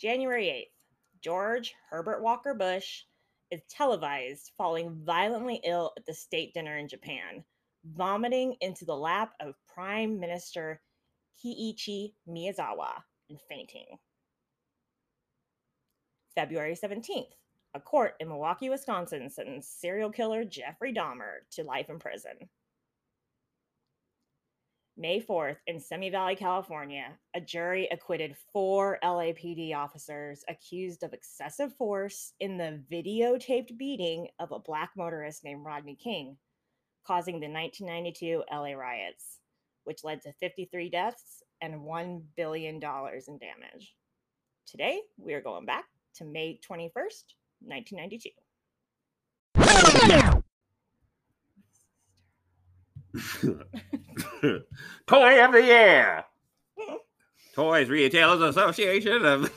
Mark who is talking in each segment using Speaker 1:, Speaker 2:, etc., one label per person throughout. Speaker 1: January 8th, George Herbert Walker Bush is televised falling violently ill at the state dinner in Japan, vomiting into the lap of Prime Minister Kiichi Miyazawa and fainting. February 17th, a court in Milwaukee, Wisconsin sentenced serial killer Jeffrey Dahmer to life in prison. May 4th, in Semi Valley, California, a jury acquitted four LAPD officers accused of excessive force in the videotaped beating of a black motorist named Rodney King, causing the 1992 LA riots, which led to 53 deaths and $1 billion in damage. Today, we are going back to May 21st, 1992.
Speaker 2: Toy of the year. Toys Retailers Association of.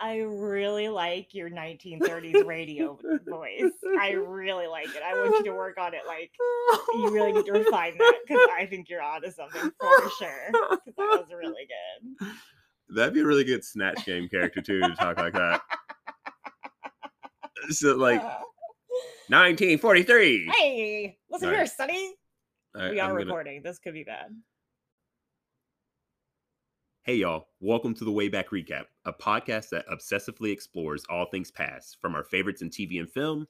Speaker 1: I really like your 1930s radio voice. I really like it. I want you to work on it. Like you really need to refine that because I think you're onto something for sure. That was really good.
Speaker 2: That'd be a really good Snatch Game character too to talk like that. so like. Uh. 1943.
Speaker 1: Hey, listen All here, right. Sonny. Right, we are gonna... recording. This could be bad.
Speaker 2: Hey, y'all. Welcome to the Wayback Recap, a podcast that obsessively explores all things past, from our favorites in TV and film.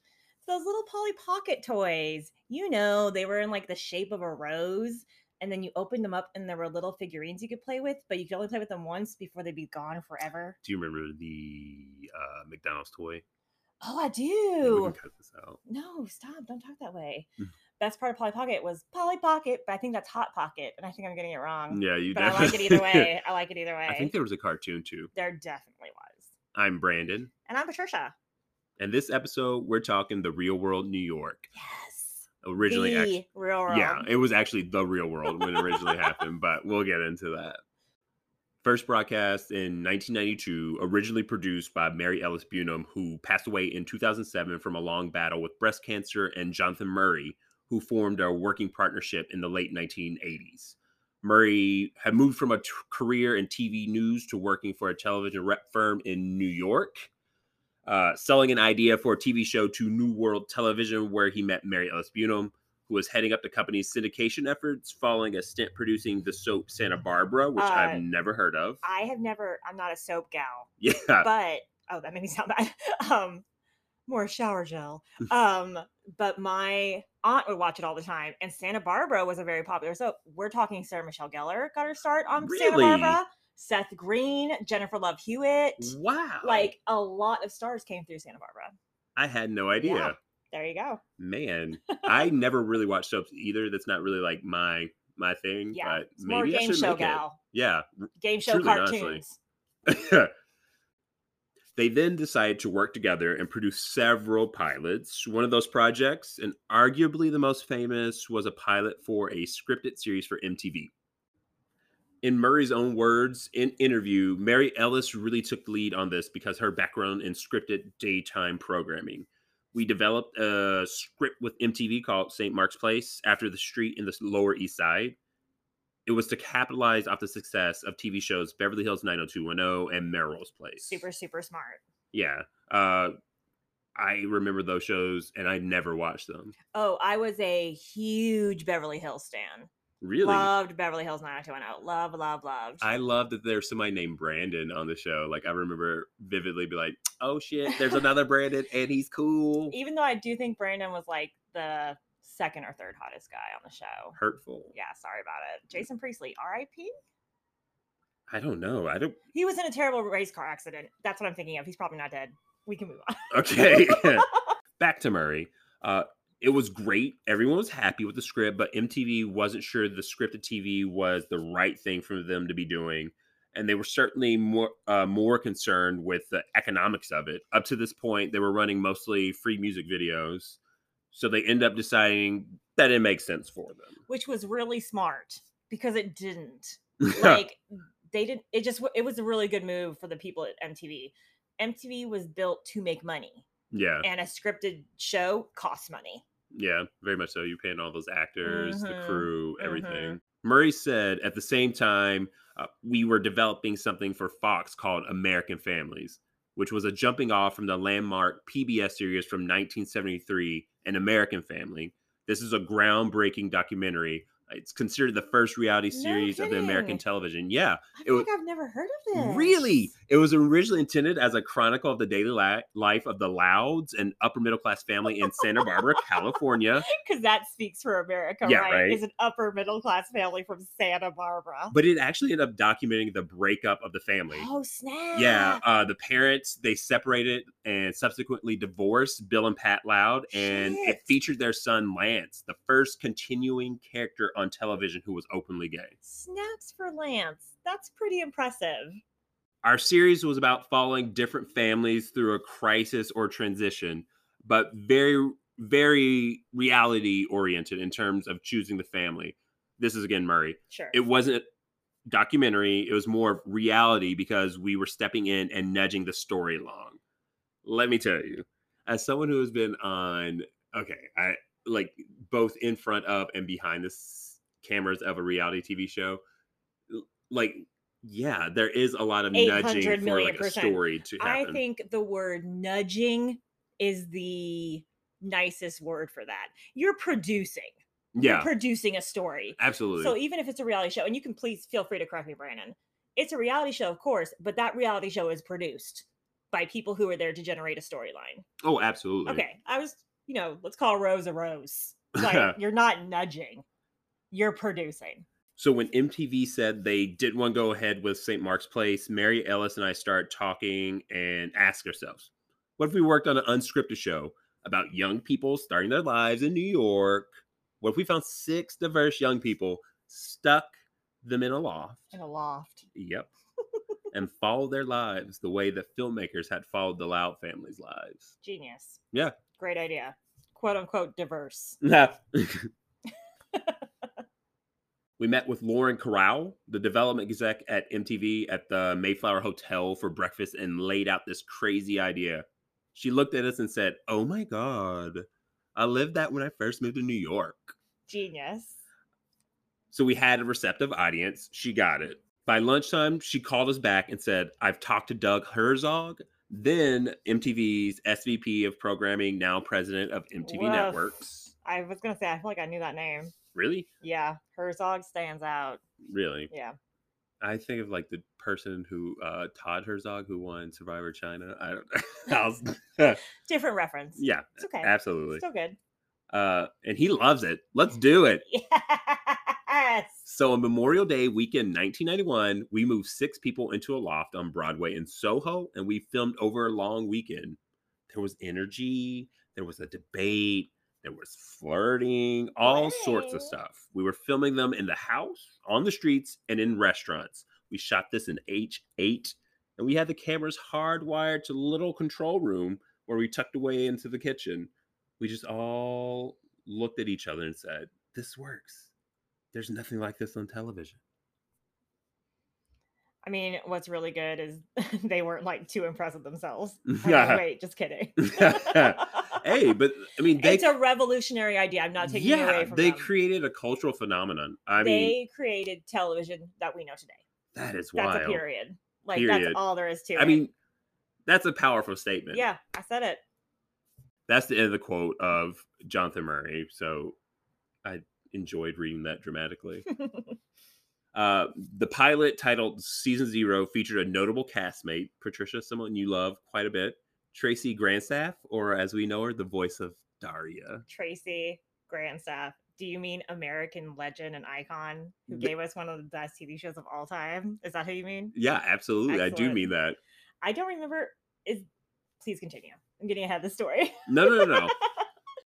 Speaker 1: Those little Polly Pocket toys. You know, they were in like the shape of a rose, and then you opened them up, and there were little figurines you could play with, but you could only play with them once before they'd be gone forever.
Speaker 2: Do you remember the uh, McDonald's toy?
Speaker 1: Oh, I do. No, stop. Don't talk that way.
Speaker 2: Mm.
Speaker 1: Best part of Polly Pocket was Polly Pocket, but I think that's Hot Pocket, and I think I'm getting it wrong.
Speaker 2: Yeah, you
Speaker 1: but definitely. I like it either way. I like it either way.
Speaker 2: I think there was a cartoon too.
Speaker 1: There definitely was.
Speaker 2: I'm Brandon.
Speaker 1: And I'm Patricia.
Speaker 2: And this episode, we're talking the real world New York.
Speaker 1: Yes.
Speaker 2: Originally,
Speaker 1: the act- real world.
Speaker 2: Yeah, it was actually the real world when it originally happened, but we'll get into that. First broadcast in 1992, originally produced by Mary Ellis Bunham, who passed away in 2007 from a long battle with breast cancer, and Jonathan Murray, who formed a working partnership in the late 1980s. Murray had moved from a t- career in TV news to working for a television rep firm in New York, uh, selling an idea for a TV show to New World Television, where he met Mary Ellis Bunham who was heading up the company's syndication efforts following a stint producing the soap Santa Barbara, which uh, I've never heard of.
Speaker 1: I have never. I'm not a soap gal.
Speaker 2: Yeah.
Speaker 1: But oh, that made me sound bad. Um, more shower gel. Um, but my aunt would watch it all the time, and Santa Barbara was a very popular soap. We're talking Sarah Michelle Gellar got her start on really? Santa Barbara. Seth Green, Jennifer Love Hewitt.
Speaker 2: Wow.
Speaker 1: Like a lot of stars came through Santa Barbara.
Speaker 2: I had no idea. Yeah
Speaker 1: there you go.
Speaker 2: Man, I never really watched soaps either. That's not really like my my thing. Yeah, but maybe more
Speaker 1: game
Speaker 2: I should
Speaker 1: show
Speaker 2: make
Speaker 1: gal.
Speaker 2: It. Yeah,
Speaker 1: game show truly,
Speaker 2: cartoons. they then decided to work together and produce several pilots. One of those projects, and arguably the most famous, was a pilot for a scripted series for MTV. In Murray's own words, in interview, Mary Ellis really took the lead on this because her background in scripted daytime programming we developed a script with MTV called St. Mark's Place after the street in the Lower East Side. It was to capitalize off the success of TV shows Beverly Hills 90210 and Merrill's Place.
Speaker 1: Super, super smart.
Speaker 2: Yeah. Uh, I remember those shows and I never watched them.
Speaker 1: Oh, I was a huge Beverly Hills stan.
Speaker 2: Really?
Speaker 1: Loved Beverly Hills 90210. Love, love, loved.
Speaker 2: I love that there's somebody named Brandon on the show. Like, I remember vividly be like, oh shit, there's another Brandon and he's cool.
Speaker 1: Even though I do think Brandon was like the second or third hottest guy on the show.
Speaker 2: Hurtful.
Speaker 1: Yeah, sorry about
Speaker 2: Mm.
Speaker 1: it. Jason Priestley, RIP?
Speaker 2: I don't know. I don't.
Speaker 1: He was in a terrible race car accident. That's what I'm thinking of. He's probably not dead. We can move on.
Speaker 2: Okay. Back to Murray. Uh, it was great. Everyone was happy with the script, but MTV wasn't sure the scripted TV was the right thing for them to be doing, and they were certainly more uh, more concerned with the economics of it. Up to this point, they were running mostly free music videos, so they end up deciding that it makes sense for them,
Speaker 1: which was really smart because it didn't. like they didn't. It just it was a really good move for the people at MTV. MTV was built to make money.
Speaker 2: Yeah.
Speaker 1: And a scripted show costs money.
Speaker 2: Yeah, very much so. You're paying all those actors, mm-hmm. the crew, everything. Mm-hmm. Murray said at the same time, uh, we were developing something for Fox called American Families, which was a jumping off from the landmark PBS series from 1973, An American Family. This is a groundbreaking documentary. It's considered the first reality
Speaker 1: No
Speaker 2: series of the American
Speaker 1: kidding.
Speaker 2: television.
Speaker 1: I
Speaker 2: Yeah, it
Speaker 1: feel
Speaker 2: was-
Speaker 1: like I've never heard of this.
Speaker 2: Really? It was originally intended as a chronicle of the daily li- life of the Louds, an upper middle class family in Santa Barbara, California.
Speaker 1: Because that speaks for America,
Speaker 2: Yeah,
Speaker 1: right?
Speaker 2: right.
Speaker 1: Is an upper middle class family from Santa Barbara.
Speaker 2: But it actually ended up documenting the breakup of the family.
Speaker 1: Oh snap!
Speaker 2: Yeah, uh, the parents they separated and subsequently divorced Bill and Pat Loud, and it
Speaker 1: Shit.
Speaker 2: featured their son Lance, the first continuing character on television who was openly gay.
Speaker 1: Snaps for Lance. That's pretty impressive.
Speaker 2: Our series was about following different families through a crisis or transition, but very, very reality oriented in terms of choosing the family. This is again Murray.
Speaker 1: Sure.
Speaker 2: It wasn't documentary, it was more of reality because we were stepping in and nudging the story along. Let me tell you, as someone who has been on, okay, I like both in front of and behind the s- cameras of a reality TV show, l- like, yeah, there is a lot of nudging
Speaker 1: 800
Speaker 2: for
Speaker 1: million
Speaker 2: like a
Speaker 1: percent.
Speaker 2: story to
Speaker 1: I
Speaker 2: happen.
Speaker 1: think the word nudging is the nicest word for that. You're producing. You're
Speaker 2: yeah,
Speaker 1: producing a story.
Speaker 2: absolutely.
Speaker 1: So even if it's a reality show, and you can please feel free to correct me, Brandon. It's a reality show, of course, but that reality show is produced by people who are there to generate a storyline.
Speaker 2: oh, absolutely.
Speaker 1: Okay. I was, you know, let's call Rose a rose. Like you're not nudging. You're producing.
Speaker 2: So when MTV said they didn't want to go ahead with St. Mark's Place, Mary Ellis and I started talking and asked ourselves, what if we worked on an unscripted show about young people starting their lives in New York? What if we found six diverse young people, stuck them in a loft?
Speaker 1: In a loft.
Speaker 2: Yep. and followed their lives the way that filmmakers had followed the Loud family's lives.
Speaker 1: Genius.
Speaker 2: Yeah.
Speaker 1: Great idea. Quote unquote diverse.
Speaker 2: we met with Lauren Corral, the development exec at MTV at the Mayflower Hotel for breakfast and laid out this crazy idea. She looked at us and said, Oh my God, I lived that when I first moved to New York.
Speaker 1: Genius.
Speaker 2: So we had a receptive audience. She got it. By lunchtime, she called us back and said, I've talked to Doug Herzog, then MTV's SVP of programming, now president of MTV
Speaker 1: Woof.
Speaker 2: Networks.
Speaker 1: I was gonna say I feel like I knew that name.
Speaker 2: Really?
Speaker 1: Yeah, Herzog stands out.
Speaker 2: Really?
Speaker 1: Yeah.
Speaker 2: I think of like the person who uh Todd Herzog who won Survivor China. I don't know. I'll-
Speaker 1: Different reference.
Speaker 2: yeah,
Speaker 1: It's okay.
Speaker 2: absolutely.
Speaker 1: Still good.
Speaker 2: Uh and he loves it. Let's do it.
Speaker 1: Yes.
Speaker 2: So on Memorial Day weekend 1991, we moved six people into a loft on Broadway in Soho and we filmed over a long weekend. There was energy, there was a debate, there was flirting, all sorts of
Speaker 1: Flirting.
Speaker 2: stuff. We were filming them in the house, on the streets, and in restaurants. We shot this in H8 and we had the cameras hardwired to the little control room where we tucked away into the kitchen. We just all looked at each other and said, This works there's nothing like this on television.
Speaker 1: I mean, what's really good is they weren't like too impressed with themselves. I mean, wait, just kidding.
Speaker 2: hey, but I mean, they
Speaker 1: it's a revolutionary idea. I'm not taking it away from
Speaker 2: they
Speaker 1: them.
Speaker 2: created a cultural phenomenon. I
Speaker 1: they
Speaker 2: mean,
Speaker 1: created television that we know today.
Speaker 2: that is
Speaker 1: That's
Speaker 2: wild.
Speaker 1: a period. Like
Speaker 2: Period.
Speaker 1: that's all there is to it.
Speaker 2: I mean, that's a powerful statement.
Speaker 1: yeah, I said it.
Speaker 2: that's the end of the quote of Jonathan Murray. So I enjoyed reading that dramatically. Uh, the pilot titled Season Zero featured a notable castmate, Patricia, someone you love quite a bit, Tracy Grandstaff, or as we know her, the voice of Daria.
Speaker 1: Tracy Grandstaff. Do you mean American legend and icon who
Speaker 2: Th-
Speaker 1: gave us one of the best TV shows of all time? Is that who you mean?
Speaker 2: Yeah, absolutely. I do
Speaker 1: Excellent.
Speaker 2: mean that.
Speaker 1: I don't remember. Is please continue. I'm getting ahead of the story.
Speaker 2: No, no, no, no.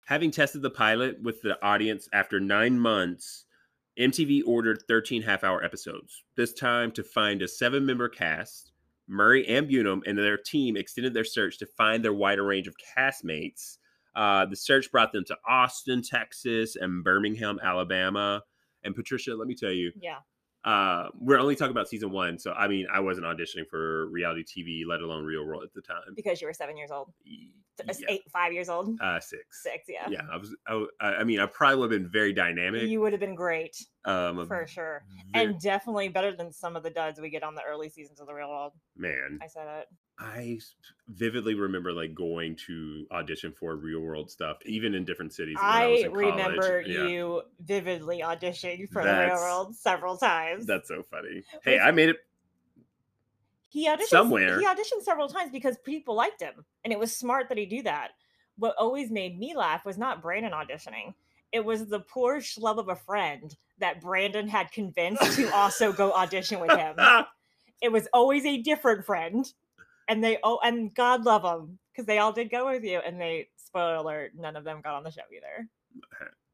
Speaker 2: Having tested the pilot with the audience after nine months, MTV ordered 13 half hour episodes, this time to find a seven member cast. Murray and Bunham and their team extended their search to find their wider range of castmates. Uh, the search brought them to Austin, Texas, and Birmingham, Alabama. And Patricia, let me tell you,
Speaker 1: yeah,
Speaker 2: uh, we're only talking about season one. So, I mean, I wasn't auditioning for reality TV, let alone real world at the time.
Speaker 1: because you were seven years old. Th-
Speaker 2: Yeah.
Speaker 1: eight, five years old,
Speaker 2: Uh, six.
Speaker 1: six. Yeah,
Speaker 2: Yeah, I was. I, I mean, I probably would have been very dynamic.
Speaker 1: you would have been great
Speaker 2: um, a
Speaker 1: for sure,
Speaker 2: very-
Speaker 1: and definitely better than some of the duds we get on the early seasons of the Real World.
Speaker 2: man,
Speaker 1: I said it.
Speaker 2: I s- vividly remember like going to audition for real world stuff, even in different cities. when I, was
Speaker 1: I
Speaker 2: in college.
Speaker 1: remember
Speaker 2: Yeah,
Speaker 1: you vividly auditioning for the
Speaker 2: That's-
Speaker 1: Real World several times.
Speaker 2: That's so funny. Hey,
Speaker 1: Was-
Speaker 2: I made it.
Speaker 1: he auditioned
Speaker 2: Somewhere.
Speaker 1: He auditioned several times because people liked him, and it was smart that he do that. What always made me laugh was not Brandon auditioning; it was the poor schlub of a friend that Brandon had convinced to also go audition with him.
Speaker 2: ah,
Speaker 1: It was always a different friend, and they oh, and God love them because they all did go with you, and they spoiler alert, none of them got on the show either.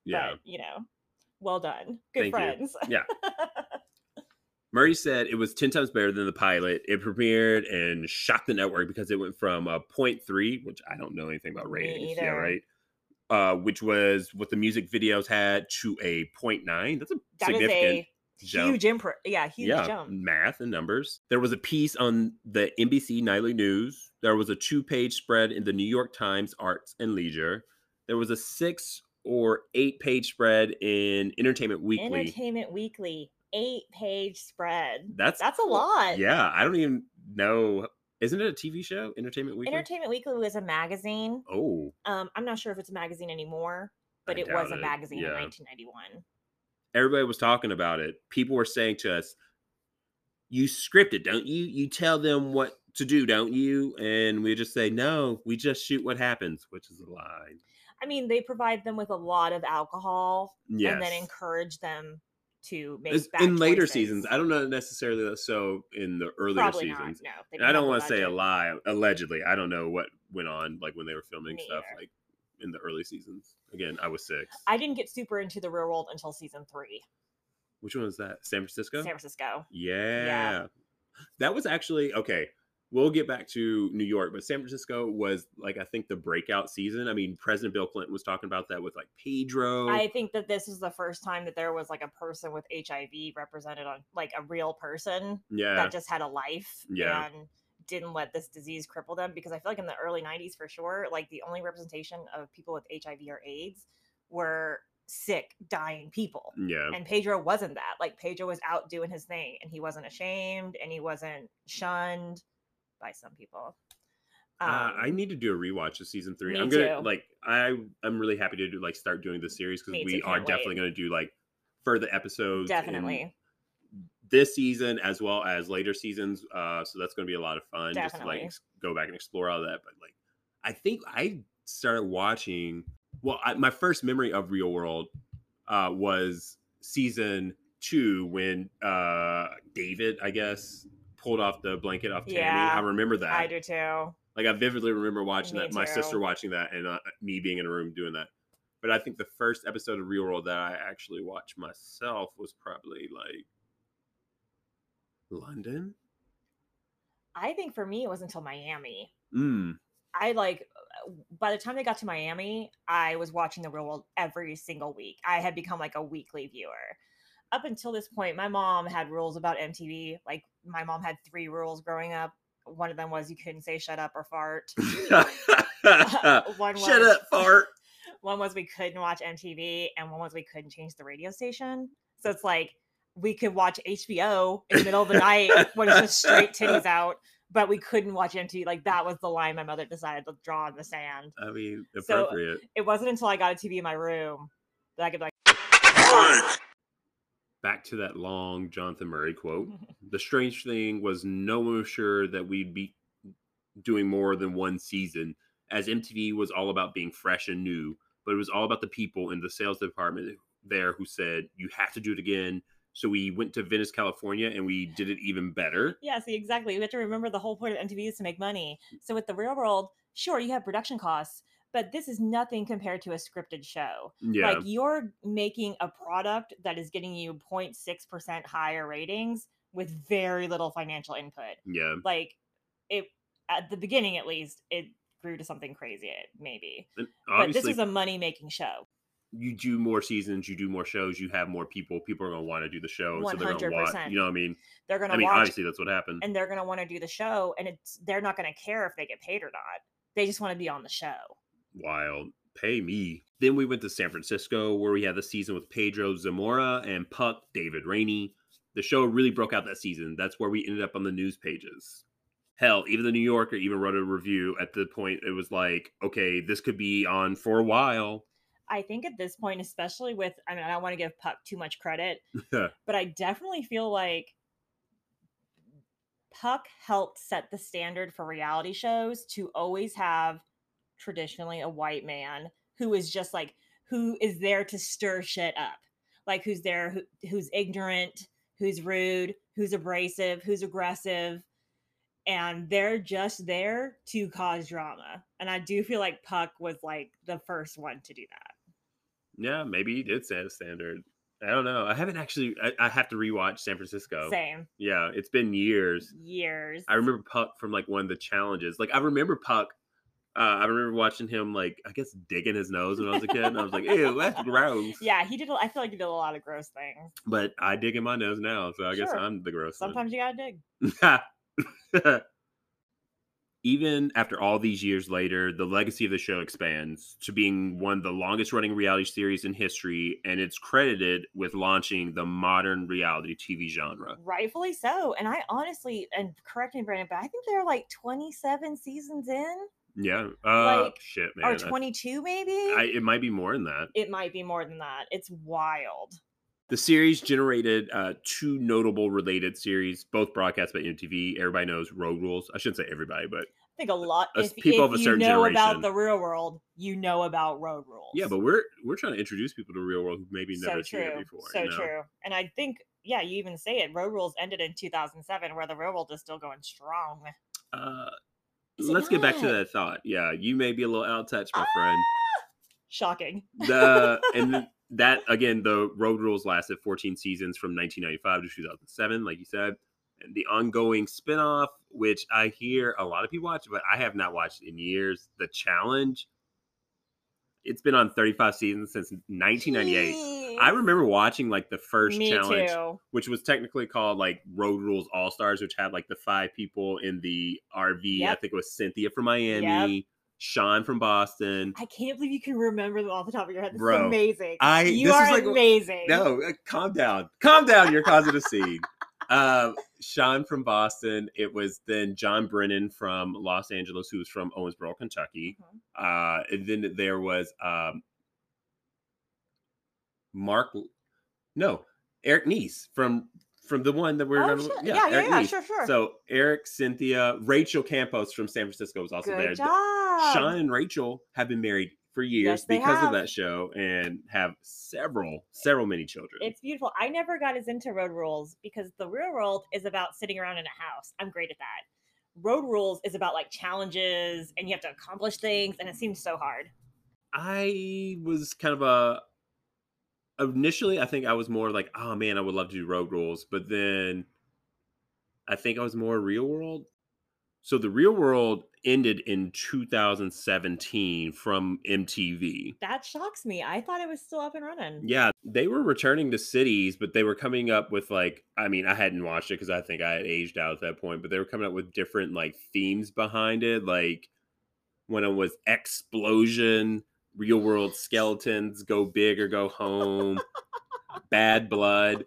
Speaker 2: yeah.
Speaker 1: but, you know, well done, good
Speaker 2: Thank you.
Speaker 1: friends.
Speaker 2: Murray said it was 10 times better than the pilot. It premiered and shocked the network because it went from a 0.3, which I don't know anything about
Speaker 1: Me
Speaker 2: ratings. Yeah,
Speaker 1: either.
Speaker 2: right. Uh, which was what the music videos had to a 0.9. That's a
Speaker 1: That is
Speaker 2: significant
Speaker 1: a
Speaker 2: jump.
Speaker 1: huge improv. Yeah, huge
Speaker 2: yeah,
Speaker 1: jump.
Speaker 2: math and numbers. There was a piece on the NBC Nightly News. There was a two page spread in the New York Times Arts and Leisure. There was a six or eight page spread in Entertainment Weekly.
Speaker 1: Entertainment Weekly, eight page spread.
Speaker 2: That's
Speaker 1: That's a
Speaker 2: cool.
Speaker 1: lot.
Speaker 2: Yeah, I don't even know. Isn't it a TV show? Entertainment Weekly.
Speaker 1: Entertainment Weekly was a magazine.
Speaker 2: oh,
Speaker 1: Um, I'm not sure if it's a magazine anymore, but
Speaker 2: I
Speaker 1: it was a
Speaker 2: doubt it.
Speaker 1: magazine in
Speaker 2: Yeah.
Speaker 1: 1991.
Speaker 2: everybody was talking about it. People were saying to us, "You script it, don't you? You tell them what to do, don't you?" And we just say, "No, we just shoot what happens," which is a lie.
Speaker 1: I mean, they provide them with a lot of alcohol
Speaker 2: Yes.
Speaker 1: and then encourage them to make
Speaker 2: It's-
Speaker 1: bad
Speaker 2: in later
Speaker 1: choices.
Speaker 2: seasons, I don't know necessarily that's so in the earlier
Speaker 1: Probably
Speaker 2: seasons.
Speaker 1: Not. No, they
Speaker 2: And
Speaker 1: didn't
Speaker 2: I
Speaker 1: have
Speaker 2: don't
Speaker 1: the
Speaker 2: want to say a
Speaker 1: budget.
Speaker 2: lie. Allegedly, I don't know what went on like when they were filming
Speaker 1: Me
Speaker 2: stuff
Speaker 1: either.
Speaker 2: like in the early seasons. Again, I was six.
Speaker 1: I didn't get super into the real world until season three,
Speaker 2: Which one was that? San Francisco.
Speaker 1: San Francisco.
Speaker 2: Yeah. That was actually okay. We'll get back to New York, but San Francisco was like I think the breakout season. I mean, President Bill Clinton was talking about that with like Pedro.
Speaker 1: I think that this was the first time that there was like a person with HIV represented on like a real person
Speaker 2: yeah.
Speaker 1: that just had a life
Speaker 2: Yeah.
Speaker 1: and didn't let this disease cripple them because I feel like in the early 90s for sure, like the only representation of people with HIV or AIDS were sick, dying people.
Speaker 2: Yeah.
Speaker 1: And Pedro wasn't that. Like Pedro was out doing his thing and he wasn't ashamed and he wasn't shunned by some people.
Speaker 2: uh, I
Speaker 1: Um,
Speaker 2: need to do a rewatch of season three.
Speaker 1: me
Speaker 2: I'm gonna
Speaker 1: too.
Speaker 2: like I I'm really happy to do like start doing the series because
Speaker 1: Me too,
Speaker 2: we are
Speaker 1: can't
Speaker 2: definitely
Speaker 1: wait.
Speaker 2: gonna do like further episodes in
Speaker 1: definitely.
Speaker 2: this season as well as later seasons. Uh, so that's going to be a lot of fun just to like
Speaker 1: Definitely.
Speaker 2: ex- go back and explore all that. But like, I think I started watching. Well, I, my first memory of Real World uh, was season two when uh, David, I guess, pulled off the blanket off Tammy. I
Speaker 1: Yeah,
Speaker 2: remember that.
Speaker 1: I do too.
Speaker 2: Like I vividly remember watching
Speaker 1: Me
Speaker 2: that, my sister
Speaker 1: too.
Speaker 2: watching that, and uh, me being in a room doing that. But I think the first episode of Real World that I actually watched myself was probably like London.
Speaker 1: I think for me it was until Miami.
Speaker 2: Mm.
Speaker 1: I like uh, by the time they got to Miami, I was watching the real world every single week. I had become like a weekly viewer. Up until this point, my mom had rules about MTV. Like my mom had three rules growing up. One of them was you couldn't say shut up or fart. one was,
Speaker 2: Shut up, fart.
Speaker 1: One was we couldn't watch MTV, and one was we couldn't change the radio station. So it's like we could watch HBO in the middle of the night when it's just straight titties out, but we couldn't watch MTV. Like that was the line my mother decided to draw in the sand.
Speaker 2: I mean,
Speaker 1: So-
Speaker 2: appropriate.
Speaker 1: it wasn't until I got a TV in my room that I could be like,
Speaker 2: Back to that long Jonathan Murray quote. The strange thing was no one was sure that we'd be doing more than one season, as MTV was all about being fresh and new, but it was all about the people in the sales department there who said, You have to do it again. So we went to Venice, California, and we did it even better.
Speaker 1: yeah, see, exactly. We have to remember the whole point of MTV is to make money. So with the real world, sure, you have production costs, but this is nothing compared to a scripted show.
Speaker 2: Yeah.
Speaker 1: Like you're making a product that is getting you 0.6% higher ratings with very little financial input.
Speaker 2: yeah.
Speaker 1: Like it, at the beginning at least, it grew to something crazy, maybe.
Speaker 2: And
Speaker 1: But this
Speaker 2: obviously,
Speaker 1: is a money making show.
Speaker 2: you do more seasons, you do more shows, you have more people. People are going to want to do the show. So they're going to watch.
Speaker 1: 100%.
Speaker 2: You know what I mean?
Speaker 1: They're going
Speaker 2: I
Speaker 1: to
Speaker 2: mean,
Speaker 1: watch
Speaker 2: Mm-hmm. obviously, that's what happened.
Speaker 1: and they're going to want to do the show and it's they're not going to care if they get paid or not They just want to be on the show.
Speaker 2: Wild. Pay me. Then we went to San Francisco where we had the season with Pedro Zamora and Puck David Rainey. The show really broke out that season. That's where we ended up on the news pages. Hell, even the New Yorker even wrote a review at the point it was like, okay, this could be on for a while.
Speaker 1: I think at this point, especially with, I mean, I don't want to give Puck too much credit, but I definitely feel like Puck helped set the standard for reality shows to always have traditionally a white man who is just like, who is there to stir shit up? Like, who's there, who, who's ignorant, who's rude, who's abrasive, who's aggressive. And they're just there to cause drama. And I do feel like Puck was like the first one to do that.
Speaker 2: Yeah, maybe he did set a standard. I don't know. I haven't actually. I, I have to rewatch San Francisco.
Speaker 1: Same
Speaker 2: Yeah, it's been years.
Speaker 1: years.
Speaker 2: I remember Puck from like one of the challenges. Like I remember Puck. Uh, I remember watching him like I guess digging his nose when I was a kid, and I was like, "Ew, that's gross."
Speaker 1: Yeah, he did. a- I feel like he did a lot of gross things.
Speaker 2: But I dig in my nose now, so I guess
Speaker 1: Sure.
Speaker 2: I'm the gross one.
Speaker 1: Sometimes you gotta dig.
Speaker 2: Even after all these years later, the legacy of the show expands to being one of the longest running reality series in history, and it's credited with launching the modern reality TV genre.
Speaker 1: Rightfully so. And I honestly, and correct me, Brandon, but I think they're like 27 seasons in
Speaker 2: Yeah. Uh,
Speaker 1: Like,
Speaker 2: shit,
Speaker 1: or
Speaker 2: man. I-
Speaker 1: 22 maybe.
Speaker 2: I, it might be more than that.
Speaker 1: it might be more than that. It's wild.
Speaker 2: The series generated uh, two notable related series, both broadcast by MTV. Everybody knows Road Rules. I shouldn't say everybody, but
Speaker 1: I think a lot.
Speaker 2: Us
Speaker 1: If,
Speaker 2: people
Speaker 1: if
Speaker 2: of a
Speaker 1: you
Speaker 2: certain
Speaker 1: know
Speaker 2: generation.
Speaker 1: about the real world, you know about road rules.
Speaker 2: yeah, but we're we're trying to introduce people to the real world who maybe
Speaker 1: so
Speaker 2: never seen it
Speaker 1: true.
Speaker 2: before.
Speaker 1: So
Speaker 2: you know?
Speaker 1: true. And I think, yeah, you even say it. Road rules ended in 2007, where the real world is still going strong.
Speaker 2: Uh,
Speaker 1: Is it
Speaker 2: let's get back to
Speaker 1: not? Ah,
Speaker 2: that thought. Yeah, you may be a little out of touch, my friend.
Speaker 1: Shocking.
Speaker 2: The and th- that again, the Road Rules lasted 14 seasons from 1995 to 2007, like you said. And the ongoing spinoff, which I hear a lot of people watch, but I have not watched in years. The Challenge. It's been on 35 seasons since 1998. I
Speaker 1: Jeez.
Speaker 2: remember watching like the first
Speaker 1: Me
Speaker 2: challenge,
Speaker 1: too.
Speaker 2: which was technically called like Road Rules All Stars, which had like the five people in the RV. I
Speaker 1: Yep.
Speaker 2: think it was Cynthia from Miami, Sean from Boston.
Speaker 1: I can't believe you can remember them off the top of your head. This
Speaker 2: Bro,
Speaker 1: is amazing.
Speaker 2: I-
Speaker 1: you
Speaker 2: this is
Speaker 1: are
Speaker 2: like-
Speaker 1: amazing.
Speaker 2: No, uh, calm down, calm down. You're causing a scene. Um, Sean from Boston. It was then John Brennan from Los Angeles, who was from Owensboro, Kentucky.
Speaker 1: Mhm.
Speaker 2: Uh, and then there was um, Mark. No, Eric Neese from from the one that we're
Speaker 1: Oh,
Speaker 2: gonna-
Speaker 1: shit. yeah, yeah,
Speaker 2: Eric
Speaker 1: yeah,
Speaker 2: Neese.
Speaker 1: sure, sure.
Speaker 2: So Eric, Cynthia, Rachel Campos from San Francisco was also
Speaker 1: good
Speaker 2: there.
Speaker 1: job.
Speaker 2: Sean and Rachel have been married for years
Speaker 1: Um, Yes, they
Speaker 2: because of
Speaker 1: have.
Speaker 2: that show and have several, several many children.
Speaker 1: It's beautiful. I never got as into road rules because the real world is about sitting around in a house. I'm great at that. Road rules is about like challenges and you have to accomplish things, and it seems so hard.
Speaker 2: I was kind of a initially I think I was more like, oh man, I would love to do road rules, but then I think I was more real world. So the real world ended in 2017 from MTV.
Speaker 1: That shocks me. I thought it was still up and running.
Speaker 2: Yeah, they were returning to cities, but they were coming up with like I mean, I hadn't watched it because I think I had aged out at that point, but they were coming up with different like themes behind it, like when it was explosion, real world skeletons, go big or go home, bad blood.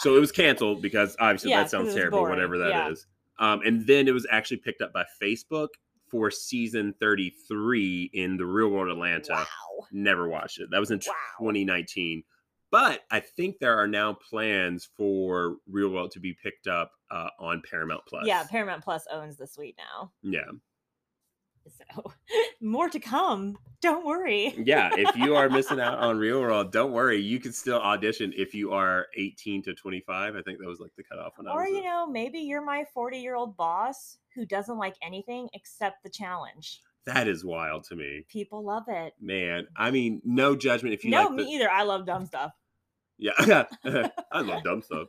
Speaker 2: So it was canceled because obviously
Speaker 1: Yeah,
Speaker 2: that
Speaker 1: 'cause it
Speaker 2: sounds
Speaker 1: was
Speaker 2: terrible,
Speaker 1: boring,
Speaker 2: whatever that is.
Speaker 1: yeah.
Speaker 2: Um, and then it was actually picked up by Facebook for season 33 in the real world Atlanta
Speaker 1: Wow.
Speaker 2: never watched it. That was in
Speaker 1: Wow.
Speaker 2: 2019. But I think there are now plans for Real World to be picked up uh, on Paramount Plus.
Speaker 1: Yeah, Paramount Plus owns the suite now.
Speaker 2: yeah,
Speaker 1: So more to come. Don't worry.
Speaker 2: yeah. If you are missing out on Real World, don't worry. You can still audition if you are 18 to 25. I think that was like the cutoff when I
Speaker 1: Or
Speaker 2: was.
Speaker 1: you
Speaker 2: a-
Speaker 1: know, maybe you're my 40 year old boss who doesn't like anything except the challenge.
Speaker 2: that is wild to me,
Speaker 1: People love it.
Speaker 2: man. I mean, no judgment if you
Speaker 1: No,
Speaker 2: like
Speaker 1: me
Speaker 2: the-
Speaker 1: either. I love dumb stuff.
Speaker 2: Yeah, I love dumb stuff.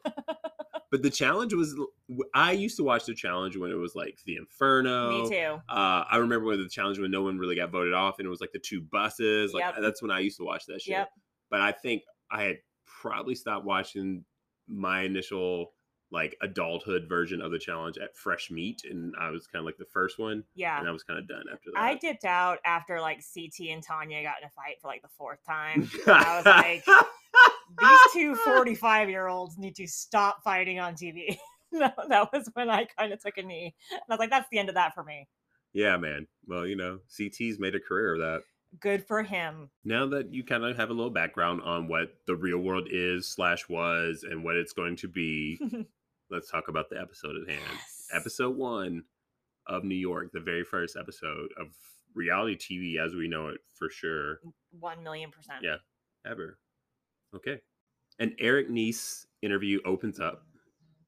Speaker 2: But the challenge was, I used to watch the challenge when it was like the Inferno.
Speaker 1: Me too.
Speaker 2: Uh, I remember when the challenge when no one really got voted off, and it was like the two buses. Like
Speaker 1: Yep.
Speaker 2: that's when I used to watch that shit.
Speaker 1: Yep.
Speaker 2: But I think I had probably stopped watching my initial like adulthood version of the challenge at Fresh Meat, and I was kind of like the first one,
Speaker 1: Yeah.
Speaker 2: and I was kind of done after that.
Speaker 1: I dipped out after like CT and Tanya got in a fight for like the fourth time. I was like, These two 45 year olds need to stop fighting on TV. that, that was when I kind of took a knee. And I was like, that's the end of that for me.
Speaker 2: yeah, man. Well, you know, CT's made a career of that.
Speaker 1: Good for him.
Speaker 2: now that you kind of have a little background on what the real world is slash was and what it's going to be let's talk about the episode at hand episode one of new york the very first episode of reality tv as we know it for sure
Speaker 1: One million percent.
Speaker 2: Yeah. ever okay an eric nice interview opens up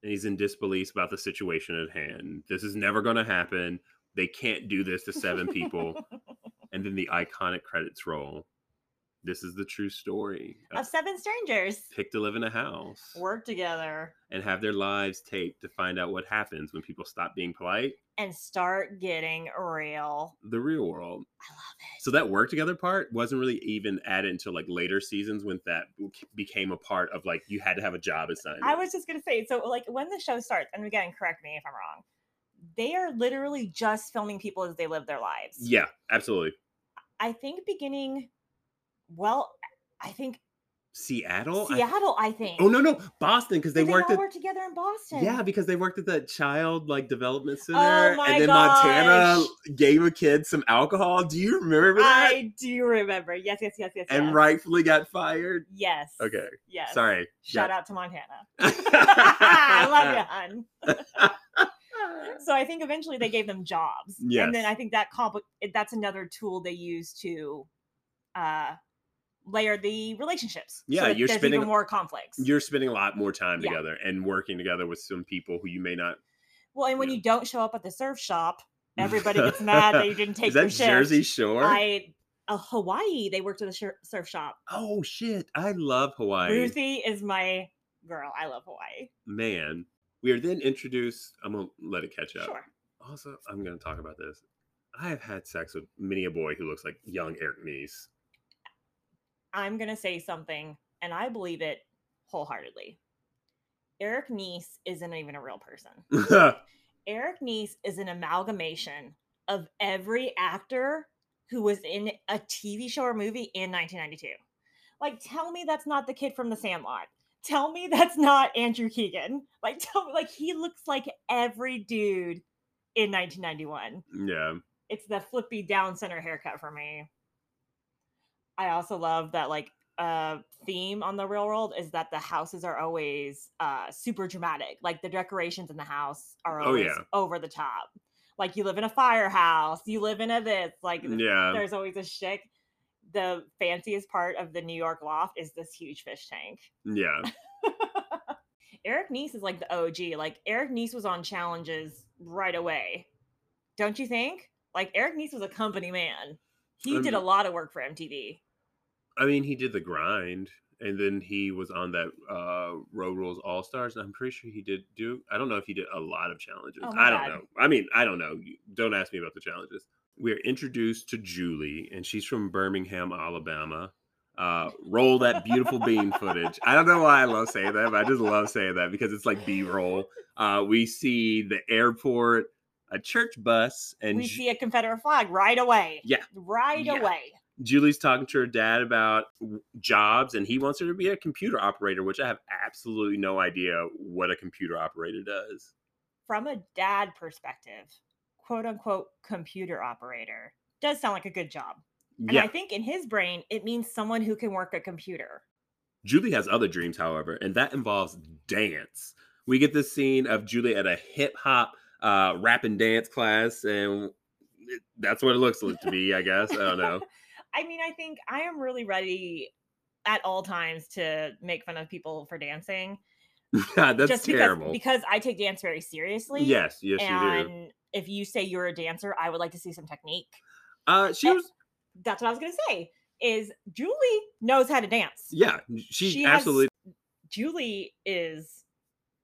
Speaker 2: and he's in disbelief about the situation at hand this is never going to happen they can't do this to seven people and then the iconic credits roll this is the true story of
Speaker 1: of seven strangers
Speaker 2: pick to live in a house
Speaker 1: work together
Speaker 2: and have their lives taped to find out what happens when people stop being polite
Speaker 1: and start getting real.
Speaker 2: the real world
Speaker 1: I love it.
Speaker 2: so that work together part wasn't really even added until like later seasons when that bec- became a part of like you had to have a job assigned
Speaker 1: I was just gonna say, so like when the show starts, and again, correct me if I'm wrong, they are literally just filming people as they live their lives.
Speaker 2: yeah absolutely
Speaker 1: I think beginning, well, I think
Speaker 2: seattle I-
Speaker 1: Seattle. I, think.
Speaker 2: oh no no boston because
Speaker 1: Did
Speaker 2: they
Speaker 1: they
Speaker 2: worked
Speaker 1: all
Speaker 2: at
Speaker 1: work together in Boston.
Speaker 2: yeah, because they worked at that child like development center,
Speaker 1: Oh my
Speaker 2: and then Montana
Speaker 1: gosh.
Speaker 2: gave a kid some alcohol. Do you remember that?
Speaker 1: I do remember. Yes, yes, yes, yes.
Speaker 2: and
Speaker 1: yes.
Speaker 2: rightfully got fired.
Speaker 1: Yes.
Speaker 2: Okay,
Speaker 1: Yes.
Speaker 2: sorry.
Speaker 1: Shout
Speaker 2: Yeah.
Speaker 1: out to Montana. I love you, hun. so I think eventually they gave them jobs. And
Speaker 2: Yes.
Speaker 1: then I think that compli- it- that's another tool they use to uh layer the relationships.
Speaker 2: Yeah,
Speaker 1: that
Speaker 2: you're
Speaker 1: there's
Speaker 2: spending-
Speaker 1: even more conflicts.
Speaker 2: You're spending a lot more time
Speaker 1: Yeah.
Speaker 2: together and working together with some people who you may not.
Speaker 1: well, and when
Speaker 2: yeah.
Speaker 1: you don't show up at the surf shop, everybody gets mad that you didn't take
Speaker 2: Is that
Speaker 1: your shift.
Speaker 2: Jersey Shore?
Speaker 1: I uh, Hawaii, they worked at the shir- surf shop.
Speaker 2: Oh shit! I love Hawaii,
Speaker 1: Ruthie is my girl. I love Hawaii.
Speaker 2: man. We are then introduced. I'm gonna let it catch up.
Speaker 1: Sure.
Speaker 2: Also, I'm gonna talk about this. I have had sex with many a boy who looks like young Eric Neese.
Speaker 1: I'm going to say something, and I believe it wholeheartedly. Eric Neese isn't even a real person. Eric Neese is an amalgamation of every actor who was in a TV show or movie in 1992. Like, tell me that's not the kid from The Sandlot. Tell me that's not Andrew Keegan. Like, tell me, like, he looks like every dude in 1991.
Speaker 2: yeah,
Speaker 1: It's the flippy down center haircut for me. I also love that, like, uh theme on the real world is that the houses are always uh super dramatic like the decorations in the house are
Speaker 2: Oh,
Speaker 1: always
Speaker 2: yeah.
Speaker 1: over the top like you live in a firehouse you live in a this like th-
Speaker 2: yeah.
Speaker 1: there's always a chic the fanciest part of the new york loft is this huge fish tank
Speaker 2: Yeah.
Speaker 1: eric neese is like the og like eric neese was on challenges right away don't you think like eric neese was a company man he did a
Speaker 2: Um,
Speaker 1: lot of work for mtv
Speaker 2: I mean, he did the grind, and then he was on that uh Road Rules All Stars, and I'm pretty sure he did do. I don't know if he did a lot of challenges.
Speaker 1: Oh my
Speaker 2: I don't
Speaker 1: God.
Speaker 2: know. I mean, I don't know. You- Don't ask me about the challenges. We are introduced to Julie, and she's from Birmingham, Alabama. Uh, roll that beautiful bean footage. I don't know why I love saying that, but I just love saying that because it's like B roll. Uh, we see the airport, a church bus, and
Speaker 1: we
Speaker 2: Ju-
Speaker 1: see a confederate flag right away
Speaker 2: Yeah.
Speaker 1: right
Speaker 2: Yeah.
Speaker 1: away
Speaker 2: Julie's talking to her dad about w- jobs, and he wants her to be a computer operator, which I have absolutely no idea what a computer operator does.
Speaker 1: from a dad perspective, quote unquote computer operator does sound like a good job. And
Speaker 2: yeah,
Speaker 1: I think in his brain, it means someone who can work a computer.
Speaker 2: Julie has other dreams, however, and that involves dance. We get this scene of Julie at a hip hop uh, rap and dance class, and it, that's what it looks like to be, I guess. I don't know.
Speaker 1: I mean, I think I am really ready at all times to make fun of people for dancing.
Speaker 2: that's
Speaker 1: just
Speaker 2: terrible.
Speaker 1: Because, because I take dance very seriously.
Speaker 2: yes, yes, you do.
Speaker 1: And if you say you're a dancer, I would like to see some technique.
Speaker 2: Uh,
Speaker 1: Eh,
Speaker 2: she was,
Speaker 1: That's what I was going to say is Julie knows how to dance.
Speaker 2: yeah, she,
Speaker 1: she has-
Speaker 2: absolutely,
Speaker 1: Julie is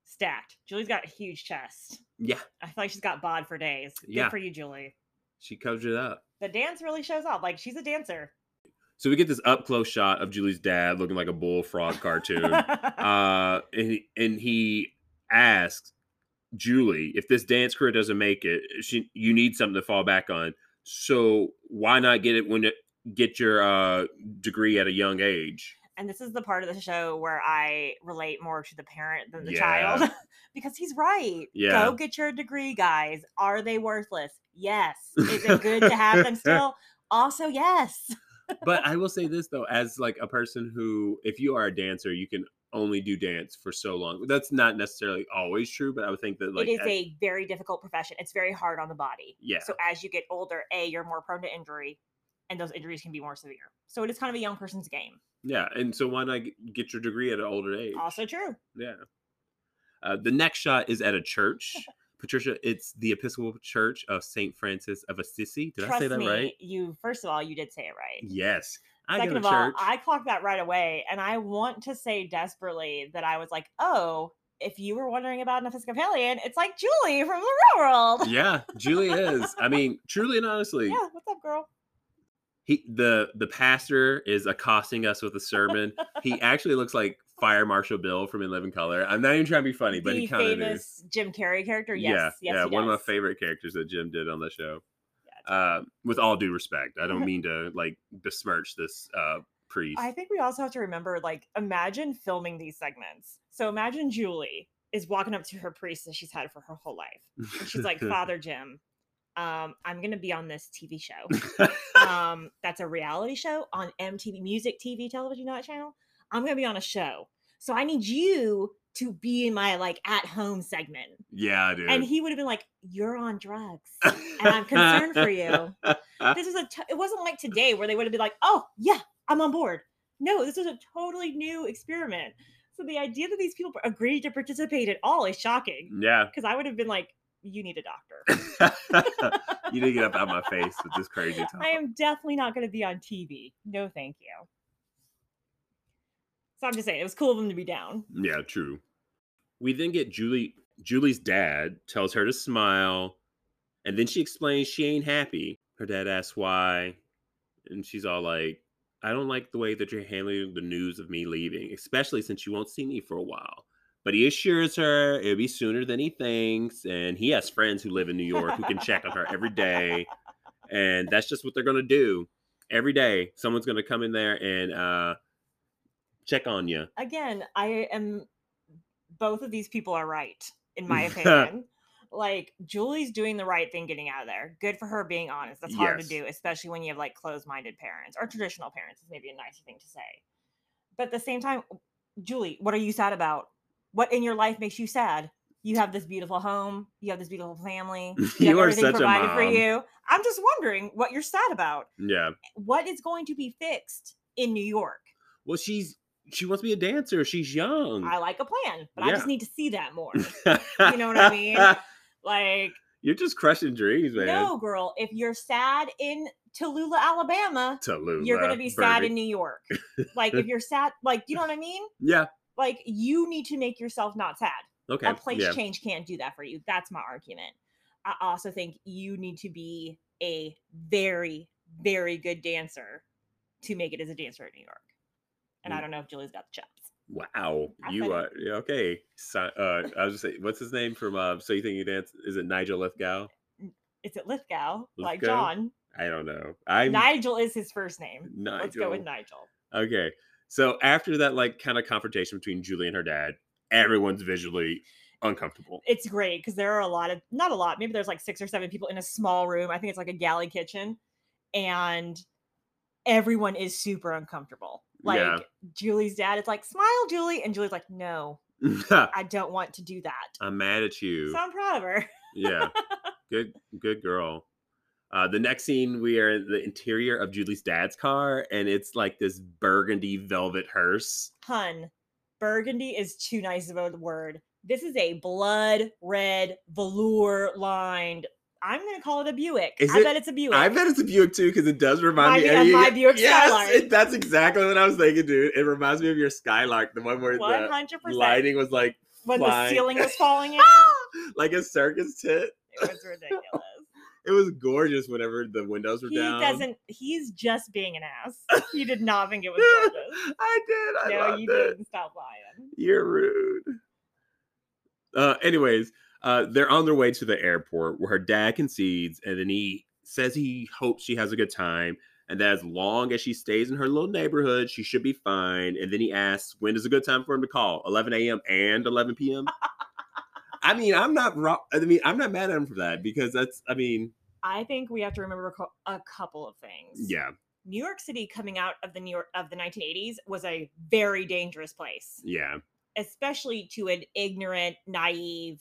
Speaker 1: stacked. Julie's got a huge chest.
Speaker 2: yeah,
Speaker 1: I feel like she's got bod for days. Good
Speaker 2: Yeah.
Speaker 1: for you, Julie.
Speaker 2: she covers it up.
Speaker 1: The dance really shows off. Like she's a dancer.
Speaker 2: So we get this up close shot of Julie's dad looking like a bullfrog cartoon. uh, and, he- and he asks Julie, if this dance career doesn't make it, she, you need something to fall back on. So why not get it when it, get your uh, degree at a young age?
Speaker 1: And this is the part of the show where I relate more to the parent than the
Speaker 2: Yeah.
Speaker 1: child because he's right.
Speaker 2: Yeah.
Speaker 1: Go get your degree, guys. Are they worthless? Yes. Is it good to have them still? Also, yes.
Speaker 2: but I will say this though, as like a person who, if you are a dancer, you can only do dance for so long. That's not necessarily always true, but I would think that like
Speaker 1: it is
Speaker 2: at-
Speaker 1: a very difficult profession. It's very hard on the body.
Speaker 2: yeah,
Speaker 1: So as you get older, A, you're more prone to injury and those injuries can be more severe. So it is kind of a young person's game.
Speaker 2: yeah, and so why not g- get your degree at an older age?
Speaker 1: Also true.
Speaker 2: Yeah. Uh, the next shot is at a church. Patricia, it's the Episcopal Church of St. Francis of Assisi. Did I say that right?
Speaker 1: You first of all, you did say it right.
Speaker 2: Yes. I
Speaker 1: Second
Speaker 2: go
Speaker 1: of
Speaker 2: to church.
Speaker 1: all, I clocked that right away, and I want to say desperately that I was like, "Oh, if you were wondering about an Episcopalian, it's like Julie from the Real World."
Speaker 2: yeah, Julie is. I mean, truly and honestly,
Speaker 1: Yeah, what's up, girl?
Speaker 2: he the the pastor is accosting us with a sermon. he actually looks like Fire Marshal Bill from In Living Color. I'm not even trying to be funny, but
Speaker 1: the
Speaker 2: he kind of is.
Speaker 1: famous Jim Carrey character. Yes,
Speaker 2: yeah,
Speaker 1: yes,
Speaker 2: yeah,
Speaker 1: he
Speaker 2: one of my
Speaker 1: does.
Speaker 2: favorite characters that Jim did on the show.
Speaker 1: Yeah,
Speaker 2: Uh, with all due respect, I don't mean to like besmirch this uh, priest.
Speaker 1: I think we also have to remember, like, imagine filming these segments. So imagine Julie is walking up to her priest that she's had for her whole life, and she's like, "Father Jim, um, I'm gonna be on this TV show." um, that's a reality show on MTV Music TV Television Night Channel. I'm gonna be on a show, so I need you to be in my like at home segment.
Speaker 2: yeah, dude.
Speaker 1: And he would have been like, "You're on drugs, and I'm concerned for you." This is a. T- it wasn't like today where they would have been like, "Oh yeah, I'm on board." No, this was a totally new experiment. So the idea that these people agreed to participate at all is shocking
Speaker 2: Yeah.
Speaker 1: because I would have been like, "You need a doctor."
Speaker 2: you need to get up out of my face with this crazy topic.
Speaker 1: I am definitely not going to be on TV. No, thank you. So I'm just saying, it was cool of him to be down.
Speaker 2: Yeah, true. We then get Julie. Julie's dad tells her to smile, and then she explains she ain't happy. Her dad asks why, and she's all like, "I don't like the way that you're handling the news of me leaving, especially since you won't see me for a while." But he assures her it'll be sooner than he thinks, and he has friends who live in New York who can check on her every day, and that's just what they're gonna do. Every day, someone's gonna come in there and uh, check on you.
Speaker 1: Again, I am. Both of these people are right, in my opinion. like, Julie's doing the right thing getting out of there. Good for her being honest. That's hard
Speaker 2: Yes.
Speaker 1: to do, especially when you have like closed minded parents or traditional parents, is maybe a nicer thing to say. But at the same time, Julie, what are you sad about? What in your life makes you sad? You have this beautiful home. You have this beautiful family. you, have
Speaker 2: You are
Speaker 1: everything
Speaker 2: such a
Speaker 1: provided for
Speaker 2: mom.
Speaker 1: you. I'm just wondering what you're sad about.
Speaker 2: Yeah.
Speaker 1: What is going to be fixed in New York?
Speaker 2: Well, she's she wants to be a dancer. She's young.
Speaker 1: I like a plan, but I just
Speaker 2: Yeah.
Speaker 1: need to see that more. you know what I mean? Like,
Speaker 2: You're just crushing dreams, man.
Speaker 1: no, girl, if you're sad in Tallulah, Alabama,
Speaker 2: Tallulah,
Speaker 1: you're going to be sad
Speaker 2: Burbank.
Speaker 1: in New York. like, if you're sad, like, you know what I mean?
Speaker 2: yeah.
Speaker 1: Like, you need to make yourself not sad.
Speaker 2: Okay.
Speaker 1: a place
Speaker 2: yeah.
Speaker 1: change can't do that for you. That's my argument. I also think you need to be a very, very good dancer to make it as a dancer in New York. And I
Speaker 2: Mm.
Speaker 1: don't know if Julie's got the chops.
Speaker 2: Wow.
Speaker 1: I
Speaker 2: You
Speaker 1: said it.
Speaker 2: are yeah, okay. So, uh, I was just saying, what's his name from? Uh, so you think you dance? Is it Nigel Lithgow?
Speaker 1: Is it Lithgow? Like
Speaker 2: Lithgow?
Speaker 1: John.
Speaker 2: I don't know. I'm
Speaker 1: Nigel is his first name.
Speaker 2: Nigel.
Speaker 1: Let's go with Nigel.
Speaker 2: Okay. So after that, like, kind of confrontation between Julie and her dad, everyone's visually uncomfortable.
Speaker 1: It's great because there are a lot of, not a lot, maybe there's like six or seven people in a small room. I think it's like a galley kitchen. And everyone is super uncomfortable. Like
Speaker 2: Yeah.
Speaker 1: Julie's dad is like, smile, Julie. And Julie's like, no, I don't want to do that.
Speaker 2: I'm mad at you.
Speaker 1: So I'm proud of her.
Speaker 2: yeah good good girl uh, the next scene we are in the interior of julie's dad's car and it's like this burgundy velvet hearse
Speaker 1: Hun, burgundy is too nice of a word. This is a blood red velour lined. I'm going to call it a Buick.
Speaker 2: Is
Speaker 1: I
Speaker 2: it-
Speaker 1: bet it's a Buick.
Speaker 2: i bet it's a buick too because it does remind
Speaker 1: Might
Speaker 2: me
Speaker 1: be of my Buick
Speaker 2: yes
Speaker 1: Skylark.
Speaker 2: it- that's exactly what i was thinking dude it reminds me of your skylark the one where the
Speaker 1: 100%.
Speaker 2: lighting was like
Speaker 1: when the
Speaker 2: flying.
Speaker 1: ceiling was falling in,
Speaker 2: like a circus tent
Speaker 1: it was ridiculous.
Speaker 2: it was gorgeous whenever the windows were
Speaker 1: he
Speaker 2: down
Speaker 1: doesn't, he's just being an ass. He did not think it was gorgeous.
Speaker 2: i did i
Speaker 1: no,
Speaker 2: loved
Speaker 1: you
Speaker 2: it
Speaker 1: didn't. Stop lying.
Speaker 2: you're rude Uh, anyways, uh, they're on their way to the airport where her dad concedes, and then he says he hopes she has a good time, and that as long as she stays in her little neighborhood, she should be fine. And then he asks, "When is a good time for him to call? 11 a.m. and 11 p.m." I mean, I'm not wrong. I mean, I'm not mad at him for that because that's. I mean,
Speaker 1: I think we have to remember a cou- a couple of things.
Speaker 2: yeah,
Speaker 1: New York City coming out of the New York of the 1980s was a very dangerous place,
Speaker 2: yeah.
Speaker 1: especially to an ignorant, naive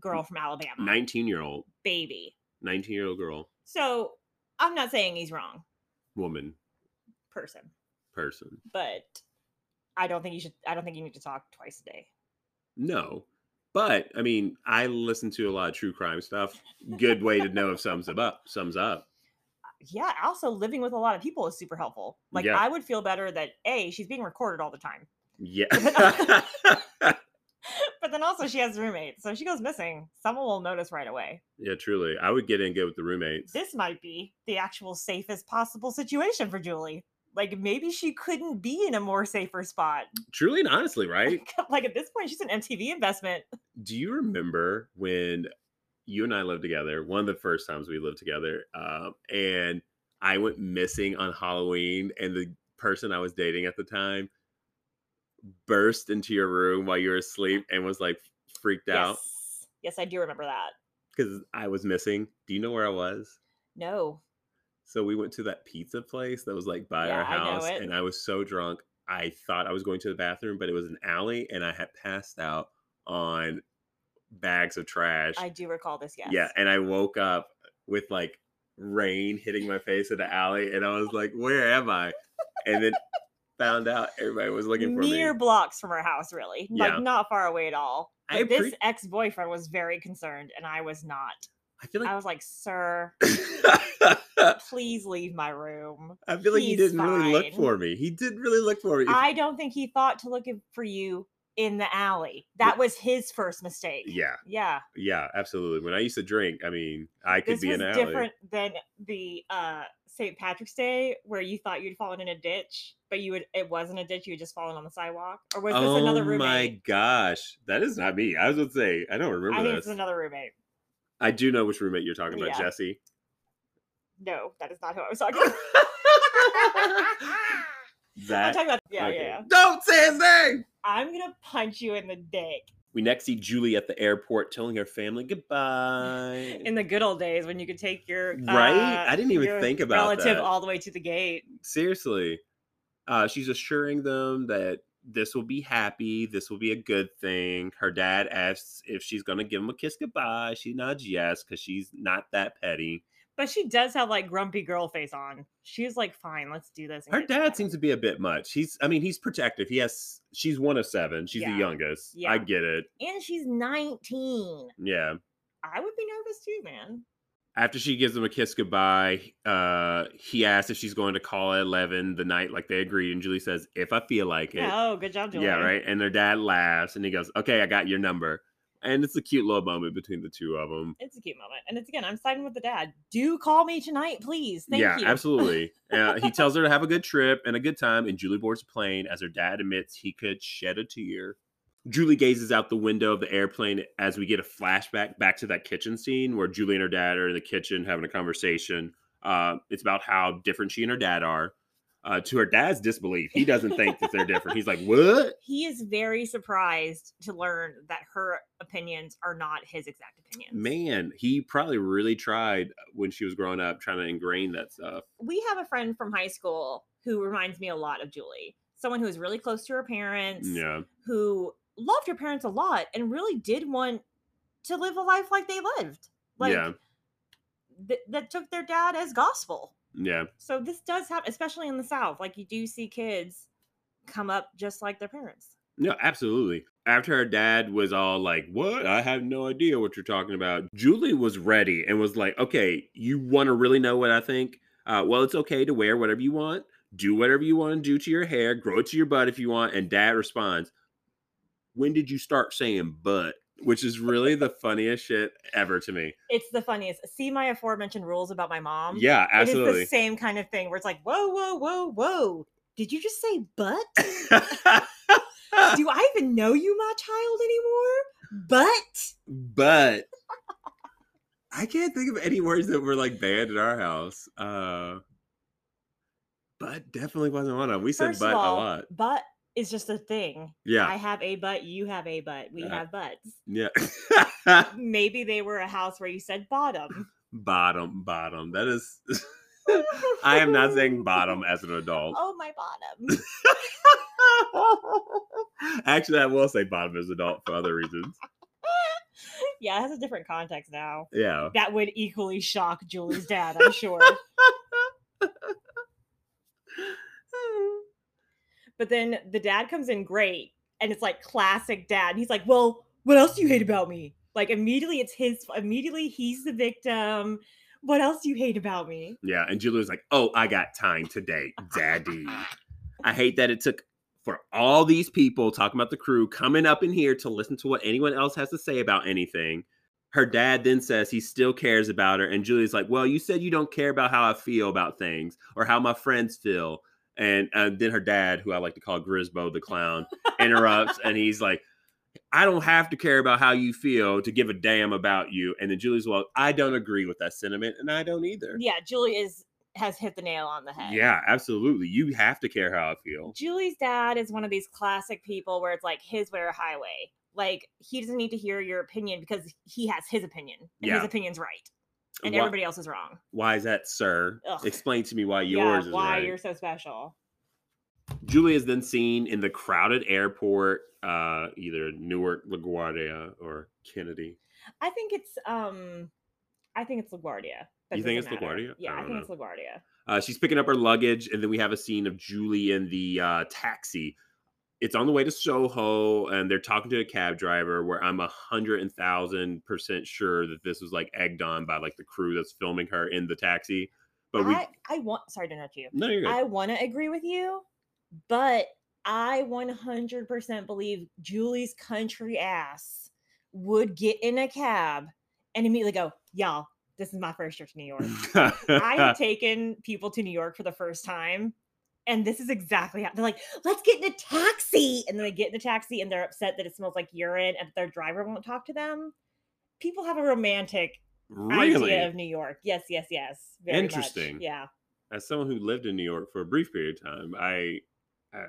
Speaker 1: girl from Alabama,
Speaker 2: 19 year old,
Speaker 1: baby.
Speaker 2: 19 year old girl,
Speaker 1: So I'm not saying he's wrong,
Speaker 2: woman,
Speaker 1: person,
Speaker 2: person.
Speaker 1: but I don't think you should. I don't think you need to talk twice a day.
Speaker 2: No. But I mean, I listen to a lot of true crime stuff. Good way to know if sums up up sums up.
Speaker 1: Yeah. Also, living with a lot of people is super helpful. Like
Speaker 2: Yeah.
Speaker 1: I would feel better that a she's being recorded all the time,
Speaker 2: Yeah.
Speaker 1: but then also she has roommates, so if she goes missing. Someone will notice right away.
Speaker 2: yeah, truly. I would get in good with the roommates.
Speaker 1: this might be the actual safest possible situation for Julie. Like maybe she couldn't be in a more safer spot.
Speaker 2: Truly and honestly, right?
Speaker 1: like at this point, she's an MTV investment.
Speaker 2: Do you remember when you and I lived together, one of the first times we lived together, um, and I went missing on Halloween and the person I was dating at the time burst into your room while you were asleep and was like freaked out
Speaker 1: Yes. Yes, I do remember that.
Speaker 2: because I was missing. Do you know where I was?
Speaker 1: No.
Speaker 2: So we went to that pizza place that was like by our
Speaker 1: Yeah, I know
Speaker 2: house,
Speaker 1: it.
Speaker 2: and I was so drunk. I thought I was going to the bathroom, but it was an alley, and I had passed out on bags of trash.
Speaker 1: I do recall this, yes.
Speaker 2: Yeah, and I woke up with like rain hitting my face in the alley, and I was like, "Where am I?" And then found out everybody was looking for
Speaker 1: Mere
Speaker 2: me.
Speaker 1: blocks from her house, really.
Speaker 2: Yeah.
Speaker 1: Like not far away at all.
Speaker 2: I
Speaker 1: But this
Speaker 2: appre-
Speaker 1: ex-boyfriend was very concerned, and I was not.
Speaker 2: I feel
Speaker 1: I
Speaker 2: like
Speaker 1: was like, sir, please leave my room.
Speaker 2: I feel like he
Speaker 1: he's
Speaker 2: didn't really look
Speaker 1: fine.
Speaker 2: for me. He did really look for me. If-
Speaker 1: I don't think he thought to look for you in the alley. That was his first mistake.
Speaker 2: yeah,
Speaker 1: Yeah.
Speaker 2: yeah, absolutely. When I used to drink, I mean, I could
Speaker 1: this
Speaker 2: be
Speaker 1: was
Speaker 2: an alley.
Speaker 1: different than the uh St. Patrick's Day where you thought you'd fallen in a ditch, but you would it wasn't a ditch, you had just fallen on the sidewalk. Or was this
Speaker 2: oh
Speaker 1: another
Speaker 2: my
Speaker 1: roommate?
Speaker 2: gosh, that is not me. I was going to say I don't
Speaker 1: I
Speaker 2: remember
Speaker 1: think
Speaker 2: this.
Speaker 1: it's another roommate.
Speaker 2: I do know which roommate you're talking
Speaker 1: Yeah.
Speaker 2: about, Jesse.
Speaker 1: No, that is not who I was talking about. I'm
Speaker 2: That
Speaker 1: talking about yeah,
Speaker 2: okay.
Speaker 1: yeah, yeah.
Speaker 2: Don't say his name.
Speaker 1: I'm gonna punch you in the dick.
Speaker 2: We next see Julie at the airport telling her family goodbye.
Speaker 1: In the good old days when you could take your
Speaker 2: Eh. Right?
Speaker 1: uh,
Speaker 2: I didn't even
Speaker 1: your
Speaker 2: think about
Speaker 1: relative
Speaker 2: that.
Speaker 1: all the way to the gate.
Speaker 2: Seriously. Uh, she's assuring them that this will be happy. This will be a good thing. Her dad asks if she's going to give him a kiss goodbye. She nods yes because she's not that petty.
Speaker 1: But she does have like grumpy girl face on. She's like, fine, let's do this. and
Speaker 2: Her
Speaker 1: get to
Speaker 2: dad
Speaker 1: bed."
Speaker 2: seems to be a bit much. He's, I mean, he's protective. He has, she's one of seven. She's
Speaker 1: Yeah.
Speaker 2: the youngest. I
Speaker 1: Yeah.
Speaker 2: get it.
Speaker 1: and she's 19.
Speaker 2: Yeah.
Speaker 1: I would be nervous too, man.
Speaker 2: after she gives him a kiss goodbye, uh, he asks if she's going to call at 11 the night like they agreed. And Julie says, if I feel like it.
Speaker 1: Oh, good job, Julie.
Speaker 2: Yeah, right. And their dad laughs and he goes, okay, I got your number. And it's a cute little moment between the two of them.
Speaker 1: It's a cute moment. And it's again, I'm siding with the dad. Do call me tonight, please. Thank
Speaker 2: yeah,
Speaker 1: you.
Speaker 2: absolutely. uh, he tells her to have a good trip and a good time, and Julie boards a plane as her dad admits he could shed a tear. Julie gazes out the window of the airplane as we get a flashback back to that kitchen scene where Julie and her dad are in the kitchen having a conversation. Uh, it's about how different she and her dad are. Uh, to her dad's disbelief, he doesn't think that they're different. He's like, "What?
Speaker 1: He is very surprised to learn that her opinions are not his exact opinions.
Speaker 2: Man, he probably really tried when she was growing up trying to ingrain that stuff."
Speaker 1: We have a friend from high school who reminds me a lot of Julie. Someone who is really close to her parents,
Speaker 2: Yeah,
Speaker 1: who loved her parents a lot and really did want to live a life like they lived. Like
Speaker 2: yeah,
Speaker 1: th- that took their dad as gospel.
Speaker 2: yeah.
Speaker 1: So this does happen, especially in the South. Like you do see kids come up just like their parents.
Speaker 2: No, absolutely. After her dad was all like, What? I have no idea what you're talking about. Julie was ready and was like, Okay, you want to really know what I think? Uh, well, it's okay to wear whatever you want, do whatever you want to do to your hair, grow it to your butt if you want. And dad responds, When did you start saying butt? Which is really the funniest shit ever to me.
Speaker 1: It's the funniest. See my aforementioned rules about my mom.
Speaker 2: Yeah,
Speaker 1: Um, It
Speaker 2: absolutely.
Speaker 1: is the same kind of thing where it's like, whoa, whoa, whoa, whoa. Did you just say butt? do I even know you, my child, anymore? But
Speaker 2: But I can't think of any words that were like banned in our house. Uh but definitely wasn't one of them. We said
Speaker 1: first
Speaker 2: but
Speaker 1: of all,
Speaker 2: a lot.
Speaker 1: butt is just a thing.
Speaker 2: Yeah.
Speaker 1: I have a butt. You have a butt. We
Speaker 2: Uh,
Speaker 1: have butts.
Speaker 2: yeah.
Speaker 1: Maybe they were a house where you said bottom.
Speaker 2: bottom, bottom. That is I am not saying bottom as an adult.
Speaker 1: Oh my bottom.
Speaker 2: Actually, I will say bottom as an adult for other reasons.
Speaker 1: yeah, it has a different context now.
Speaker 2: Yeah.
Speaker 1: That would equally shock Julie's dad, I'm sure. But then the dad comes in great, and it's like classic dad. And he's like, "Well, what else do you hate about me?" Like immediately, it's his. Immediately, he's the victim. What else do you hate about me?
Speaker 2: Yeah, and Julie was like, "Oh, I got time today, Daddy." I hate that it took for all these people talking about the crew coming up in here to listen to what anyone else has to say about anything. Her dad then says he still cares about her, and Julie's like, "Well, you said you don't care about how I feel about things or how my friends feel." And uh, then her dad, who I like to call Grisbo the clown, interrupts, and he's like. I don't have to care about how you feel to give a damn about you. And then Julie's well, I don't agree with that sentiment, and I don't either.
Speaker 1: Yeah, Julie is has hit the nail on the head.
Speaker 2: Yeah, absolutely. You have to care how I feel.
Speaker 1: Julie's dad is one of these classic people where it's like his way or highway. Like he doesn't need to hear your opinion because he has his opinion, and his
Speaker 2: Yeah.
Speaker 1: opinion's right, and
Speaker 2: Why-
Speaker 1: everybody else is wrong.
Speaker 2: Why is that, sir?
Speaker 1: Ugh.
Speaker 2: Explain to me why yours
Speaker 1: yeah,
Speaker 2: is
Speaker 1: why
Speaker 2: right.
Speaker 1: you're so special.
Speaker 2: Julie is then seen in the crowded airport, uh, either Newark, LaGuardia, or Kennedy.
Speaker 1: I think it's um, I think it's LaGuardia. but it
Speaker 2: You think
Speaker 1: doesn't
Speaker 2: it's LaGuardia?
Speaker 1: Yeah,
Speaker 2: I
Speaker 1: I,
Speaker 2: don't
Speaker 1: think
Speaker 2: know.
Speaker 1: it's LaGuardia.
Speaker 2: Uh, she's picking up her luggage, and then we have a scene of Julie in the uh, taxi. It's on the way to Soho, and they're talking to a cab driver. Where I'm a hundred and thousand percent sure that this was like egged on by like the crew that's filming her in the taxi. But we,
Speaker 1: I, I want sorry to interrupt you.
Speaker 2: no, you're good.
Speaker 1: I want to agree with you, but I 100% believe Julie's country ass would get in a cab and immediately go, "Y'all, this is my first trip to New York. I have taken people to New York for the first time." And this is exactly how they're like, let's get in a taxi. And then they get in the taxi and they're upset that it smells like urine and that their driver won't talk to them. People have a romantic
Speaker 2: really
Speaker 1: idea of New York. Yes, yes, yes. very much.
Speaker 2: Interesting.
Speaker 1: Yeah.
Speaker 2: as someone who lived in New York for a brief period of time, I, I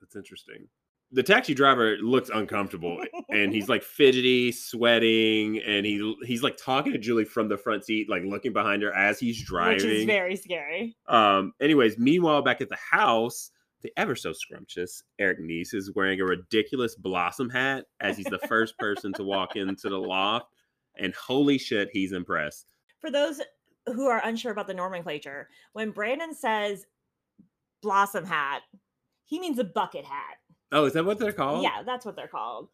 Speaker 2: that's interesting. The taxi driver looks uncomfortable and he's like fidgety, sweating, and he he's like talking to Julie from the front seat, like looking behind her as he's
Speaker 1: Which is
Speaker 2: driving.
Speaker 1: very scary.
Speaker 2: um, anyways, meanwhile, back at the house, the ever so scrumptious Eric Nice is wearing a ridiculous blossom hat as he's the first person to walk into the loft, and holy shit, he's impressed.
Speaker 1: For those who are unsure about the nomenclature, when Brandon says blossom hat, he means a bucket hat.
Speaker 2: Oh, is that what they're called?
Speaker 1: Yeah, that's what they're called.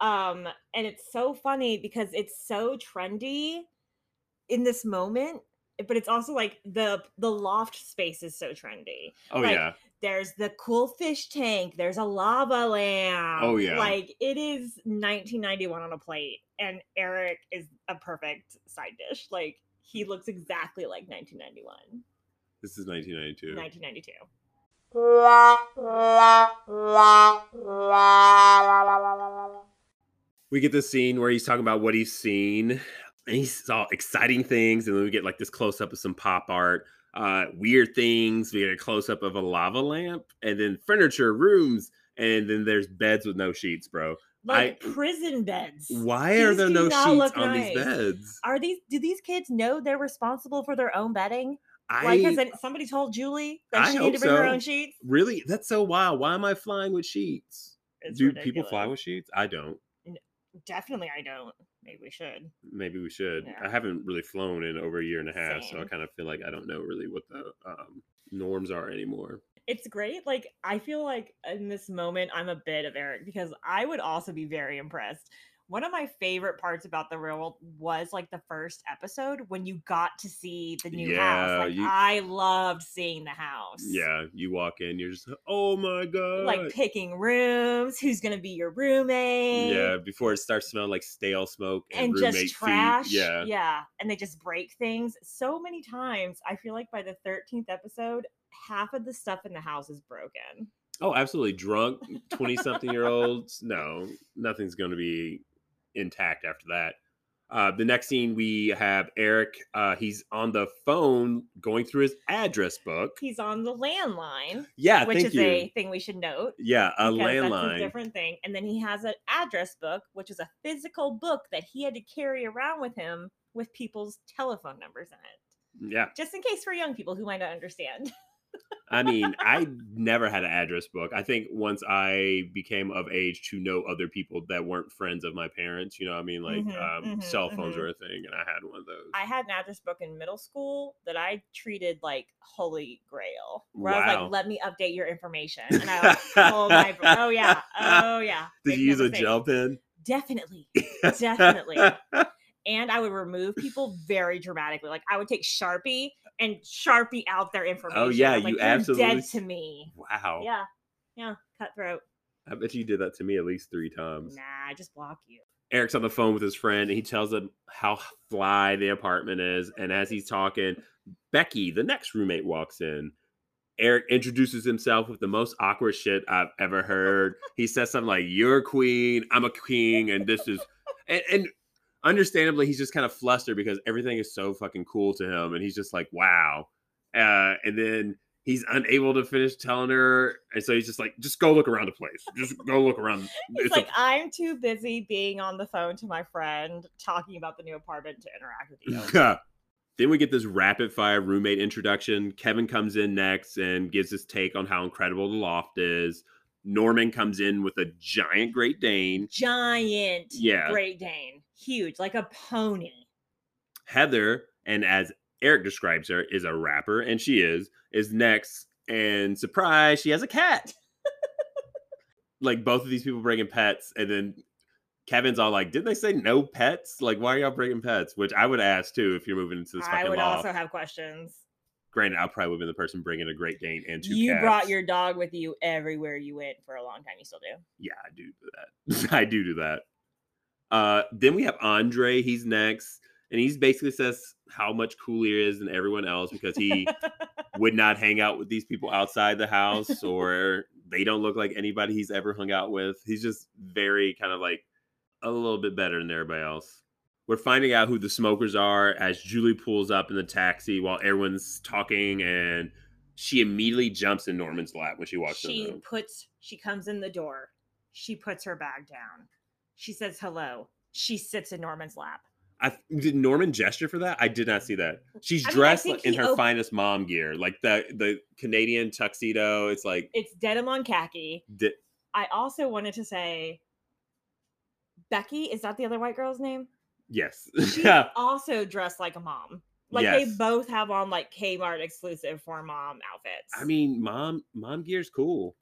Speaker 1: Um, and it's so funny because it's so trendy in this moment, but it's also like the the loft space is so trendy.
Speaker 2: Oh
Speaker 1: Like,
Speaker 2: yeah.
Speaker 1: There's the cool fish tank. There's a lava lamp.
Speaker 2: Oh, yeah.
Speaker 1: like it is 1991 on a plate, and Eric is a perfect side dish. Like he looks exactly like 1991.
Speaker 2: This is 1992.
Speaker 1: 1992.
Speaker 2: We get this scene where he's talking about what he's seen, and he saw exciting things, and then we get like this close up of some pop art, uh, weird things. We get a close up of a lava lamp, and then furniture, rooms, and then there's beds with no sheets, bro.
Speaker 1: Like prison beds.
Speaker 2: Why are
Speaker 1: These
Speaker 2: there
Speaker 1: do
Speaker 2: no
Speaker 1: not
Speaker 2: sheets
Speaker 1: look
Speaker 2: on these
Speaker 1: nice.
Speaker 2: beds?
Speaker 1: Are these? Do these kids know they're responsible for their own bedding? Like,
Speaker 2: I
Speaker 1: has any- somebody told Julie that
Speaker 2: I
Speaker 1: she
Speaker 2: hope
Speaker 1: needed to bring her
Speaker 2: so.
Speaker 1: own sheets?
Speaker 2: really that's so wild. Why am I flying with sheets?
Speaker 1: It's
Speaker 2: Do people fly
Speaker 1: ridiculous.
Speaker 2: with sheets? I don't.
Speaker 1: Definitely, I don't. Maybe we should.
Speaker 2: Maybe we should.
Speaker 1: Yeah.
Speaker 2: I haven't really flown in over a year and a half, so I
Speaker 1: Same.
Speaker 2: kind of feel like I don't know really what the um, norms are anymore.
Speaker 1: it's great. Like I feel like in this moment, I'm a bit of Eric because I would also be very impressed. One of my favorite parts about the real world was like the first episode when you got to see the new
Speaker 2: Yeah,
Speaker 1: house. Like
Speaker 2: you-
Speaker 1: I loved seeing the house.
Speaker 2: Yeah, you walk in, you're just oh my god.
Speaker 1: Like picking rooms, who's gonna be your roommate?
Speaker 2: yeah, before it starts smelling like stale smoke and,
Speaker 1: And
Speaker 2: roommate
Speaker 1: just trash.
Speaker 2: feet. Yeah,
Speaker 1: Yeah. And they just break things so many times. I feel like by the 13th episode, half of the stuff in the house is broken.
Speaker 2: Oh, absolutely. Drunk 20 something year olds. No, nothing's going to be intact after that. Uh, the next scene we have Eric. Uh, he's on the phone going through his address book.
Speaker 1: He's on the landline,
Speaker 2: Yeah,
Speaker 1: which
Speaker 2: thank
Speaker 1: is
Speaker 2: you.
Speaker 1: a thing we should note.
Speaker 2: yeah, a
Speaker 1: because That's a
Speaker 2: landline.
Speaker 1: different thing. And then he has an address book, which is a physical book that he had to carry around with him with people's telephone numbers in it,
Speaker 2: Yeah,
Speaker 1: just in case for young people who might not understand.
Speaker 2: I mean, I never had an address book. I think once I became of age to know other people that weren't friends of my parents, you know, what I mean, like
Speaker 1: Mhm,
Speaker 2: um,
Speaker 1: mhm,
Speaker 2: cell phones
Speaker 1: mhm.
Speaker 2: were a thing, and I had one of those.
Speaker 1: I had an address book in middle school that I treated like holy grail, where I was
Speaker 2: Wow.
Speaker 1: like, "Let me update your information." And I was, oh my, br- oh yeah, oh yeah.
Speaker 2: Did
Speaker 1: Make
Speaker 2: you
Speaker 1: no
Speaker 2: use a
Speaker 1: mistake.
Speaker 2: gel pen?
Speaker 1: Definitely, definitely. and I would remove people very dramatically. Like I would take Sharpie and Sharpie out their information.
Speaker 2: Oh, yeah,
Speaker 1: I was like,
Speaker 2: you
Speaker 1: "You're
Speaker 2: absolutely Oh.
Speaker 1: dead to me.
Speaker 2: wow.
Speaker 1: Yeah, yeah, cutthroat.
Speaker 2: I bet you did that to me at least three times.
Speaker 1: Nah, I just block you.
Speaker 2: Eric's on the phone with his friend and he tells him how fly the apartment is. And as he's talking, Becky, the next roommate, walks in. Eric introduces himself with the most awkward shit I've ever heard. He says something like, You're a queen, I'm a king, and this is and, and understandably he's just kind of flustered because everything is so fucking cool to him. And he's just like, Wow. Uh, and then he's unable to finish telling her. And so he's just like, just go look around the place. Just go look around.
Speaker 1: It's
Speaker 2: a
Speaker 1: like i I'm too busy being on the phone to my friend talking about the new apartment to interact with you.
Speaker 2: then we get this rapid fire roommate introduction. Kevin comes in next and gives his take on how incredible the loft is. Norman comes in with a giant Great Dane.
Speaker 1: Giant,
Speaker 2: Yeah.
Speaker 1: Great Dane, huge, like a pony.
Speaker 2: Heather, and as Eric describes her, is a rapper, and she is, is next. And surprise, she has a cat. like both of these people bringing pets, and then Kevin's all like, "Didn't they say no pets? Like, why are y'all bringing pets?" Which I would ask too if you're moving into this fucking
Speaker 1: I would
Speaker 2: loft.
Speaker 1: also have questions.
Speaker 2: granted, I probably would have been the person bringing a Great Dane and two
Speaker 1: You
Speaker 2: cats.
Speaker 1: brought your dog with you everywhere you went for a long time. You still do.
Speaker 2: yeah, I do do that. I do do that. Uh, then we have Andre. He's next, and he's basically says how much cooler he is than everyone else because he would not hang out with these people outside the house, or they don't look like anybody he's ever hung out with. He's just very kind of like a little bit better than everybody else. We're finding out who the smokers are as Julie pulls up in the taxi while everyone's talking, and she immediately jumps in Norman's lap when she walks in. the
Speaker 1: she
Speaker 2: room.
Speaker 1: puts she comes in the door she puts her bag down she says hello she sits in norman's lap
Speaker 2: I th- did Norman gesture for that. I did not see that. She's
Speaker 1: I mean, I
Speaker 2: dressed
Speaker 1: think
Speaker 2: like in
Speaker 1: he
Speaker 2: her
Speaker 1: op-
Speaker 2: finest mom gear, like the the Canadian tuxedo. It's like
Speaker 1: it's denim on khaki
Speaker 2: di-
Speaker 1: i also wanted to say becky is that the other white girl's name
Speaker 2: yes,
Speaker 1: she's also dressed like a mom like they
Speaker 2: Yes.
Speaker 1: both have on like kmart exclusive for mom outfits
Speaker 2: I mean, mom mom gear's cool.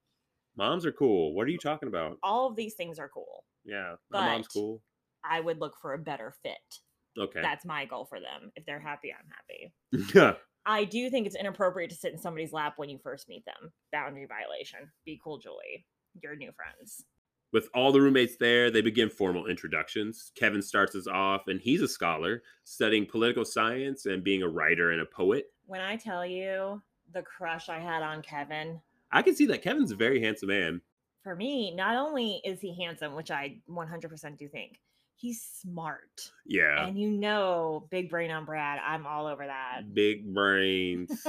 Speaker 2: Moms are cool. What are you talking about?
Speaker 1: all of these things are cool
Speaker 2: Yeah, my mom's
Speaker 1: But-
Speaker 2: cool.
Speaker 1: i would look for a better fit
Speaker 2: Okay.
Speaker 1: that's my goal for them if they're happy i'm happy I do think it's inappropriate to sit in somebody's lap when you first meet them. Boundary violation. Be cool, Julie. Your new friends.
Speaker 2: With all the roommates there, they begin formal introductions. Kevin starts us off, and he's a scholar studying political science and being a writer and a poet.
Speaker 1: When I tell you the crush I had on Kevin,
Speaker 2: I can see that Kevin's a very handsome man.
Speaker 1: for me, not only is he handsome, which I 100% do think, he's smart.
Speaker 2: Yeah.
Speaker 1: And you know, big brain on Brad. I'm all over that.
Speaker 2: Big brains.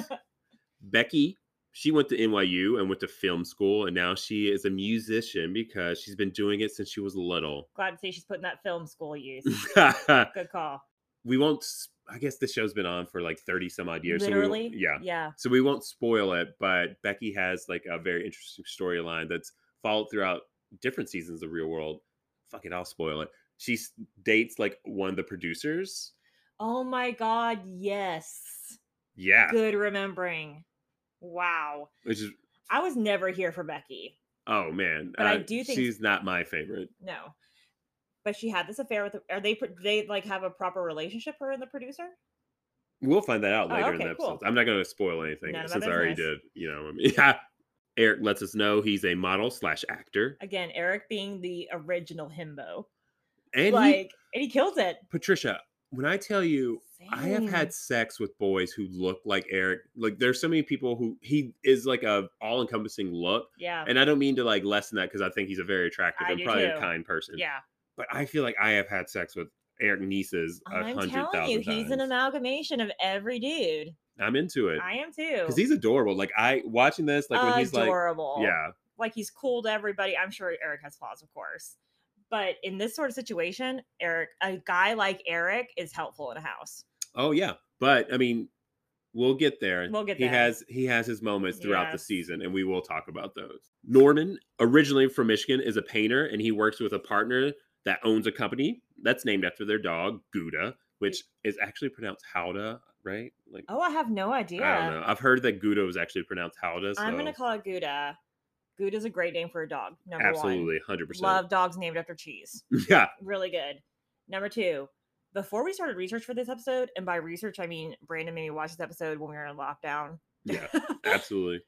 Speaker 2: Becky, she went to NYU and went to film school, and now she is a musician because she's been doing it since she was little.
Speaker 1: Glad to see she's putting that film school use. Good call.
Speaker 2: we won't. s- I guess the show's been on for like thirty some odd years. so we won't-
Speaker 1: Literally.
Speaker 2: yeah.
Speaker 1: Yeah.
Speaker 2: So we won't spoil it, but Becky has like a very interesting storyline that's followed throughout different seasons of Real World. Fuck it, I'll spoil it. She s- dates like one of the producers.
Speaker 1: Oh my God. Yes.
Speaker 2: Yeah,
Speaker 1: Good remembering. Wow.
Speaker 2: which is
Speaker 1: I was never here for Becky.
Speaker 2: oh man.
Speaker 1: But I do think-
Speaker 2: she's not my favorite.
Speaker 1: No. But she had this affair with. Are they? pro- They like have a proper relationship, her and the producer.
Speaker 2: We'll find that out
Speaker 1: Oh,
Speaker 2: later in
Speaker 1: okay,
Speaker 2: the episode.
Speaker 1: cool.
Speaker 2: I'm not going to spoil anything
Speaker 1: None of my
Speaker 2: since I already did.
Speaker 1: business.
Speaker 2: You know, what I mean, yeah. Eric lets us know he's a model slash actor,
Speaker 1: Again, Eric being the original himbo,
Speaker 2: and he-
Speaker 1: like, and he kills it.
Speaker 2: Patricia. When I tell you, I have had sex with boys who look like Eric. Like there's so many people who he is like a all encompassing look.
Speaker 1: Yeah.
Speaker 2: And I don't mean to like lessen that because I think he's a very attractive
Speaker 1: I
Speaker 2: and
Speaker 1: do
Speaker 2: probably a
Speaker 1: too.
Speaker 2: kind person.
Speaker 1: Yeah.
Speaker 2: But I feel like I have had sex with Eric Nieces a
Speaker 1: I'm
Speaker 2: hundred
Speaker 1: telling you,
Speaker 2: thousand
Speaker 1: he's an
Speaker 2: times.
Speaker 1: amalgamation of every dude.
Speaker 2: I'm into it.
Speaker 1: I am too.
Speaker 2: Because he's adorable. Like I watching this, like when he's like
Speaker 1: adorable.
Speaker 2: Yeah.
Speaker 1: Like he's cool to everybody. I'm sure Eric has flaws, of course. But in this sort of situation, Eric, a guy like Eric is helpful in a house.
Speaker 2: Oh yeah. But I mean, we'll get there.
Speaker 1: We'll get
Speaker 2: he
Speaker 1: there.
Speaker 2: has he has his moments throughout the
Speaker 1: Yes.
Speaker 2: season, and we will talk about those. Norman, originally from Michigan, is a painter and he works with a partner that owns a company that's named after their dog, Gouda, which is actually pronounced Howda, right? Like
Speaker 1: Oh, I have no idea.
Speaker 2: I don't know. I've heard that Gouda was actually pronounced Howda. So
Speaker 1: I'm gonna call it Gouda. Gouda's a great name for a dog. Number one.
Speaker 2: absolutely hundred percent.
Speaker 1: Love dogs named after cheese.
Speaker 2: Yeah.
Speaker 1: Really good. Number two, before we started research for this episode, and by research I mean Brandon made me watch this episode when we were in lockdown.
Speaker 2: Yeah. Absolutely.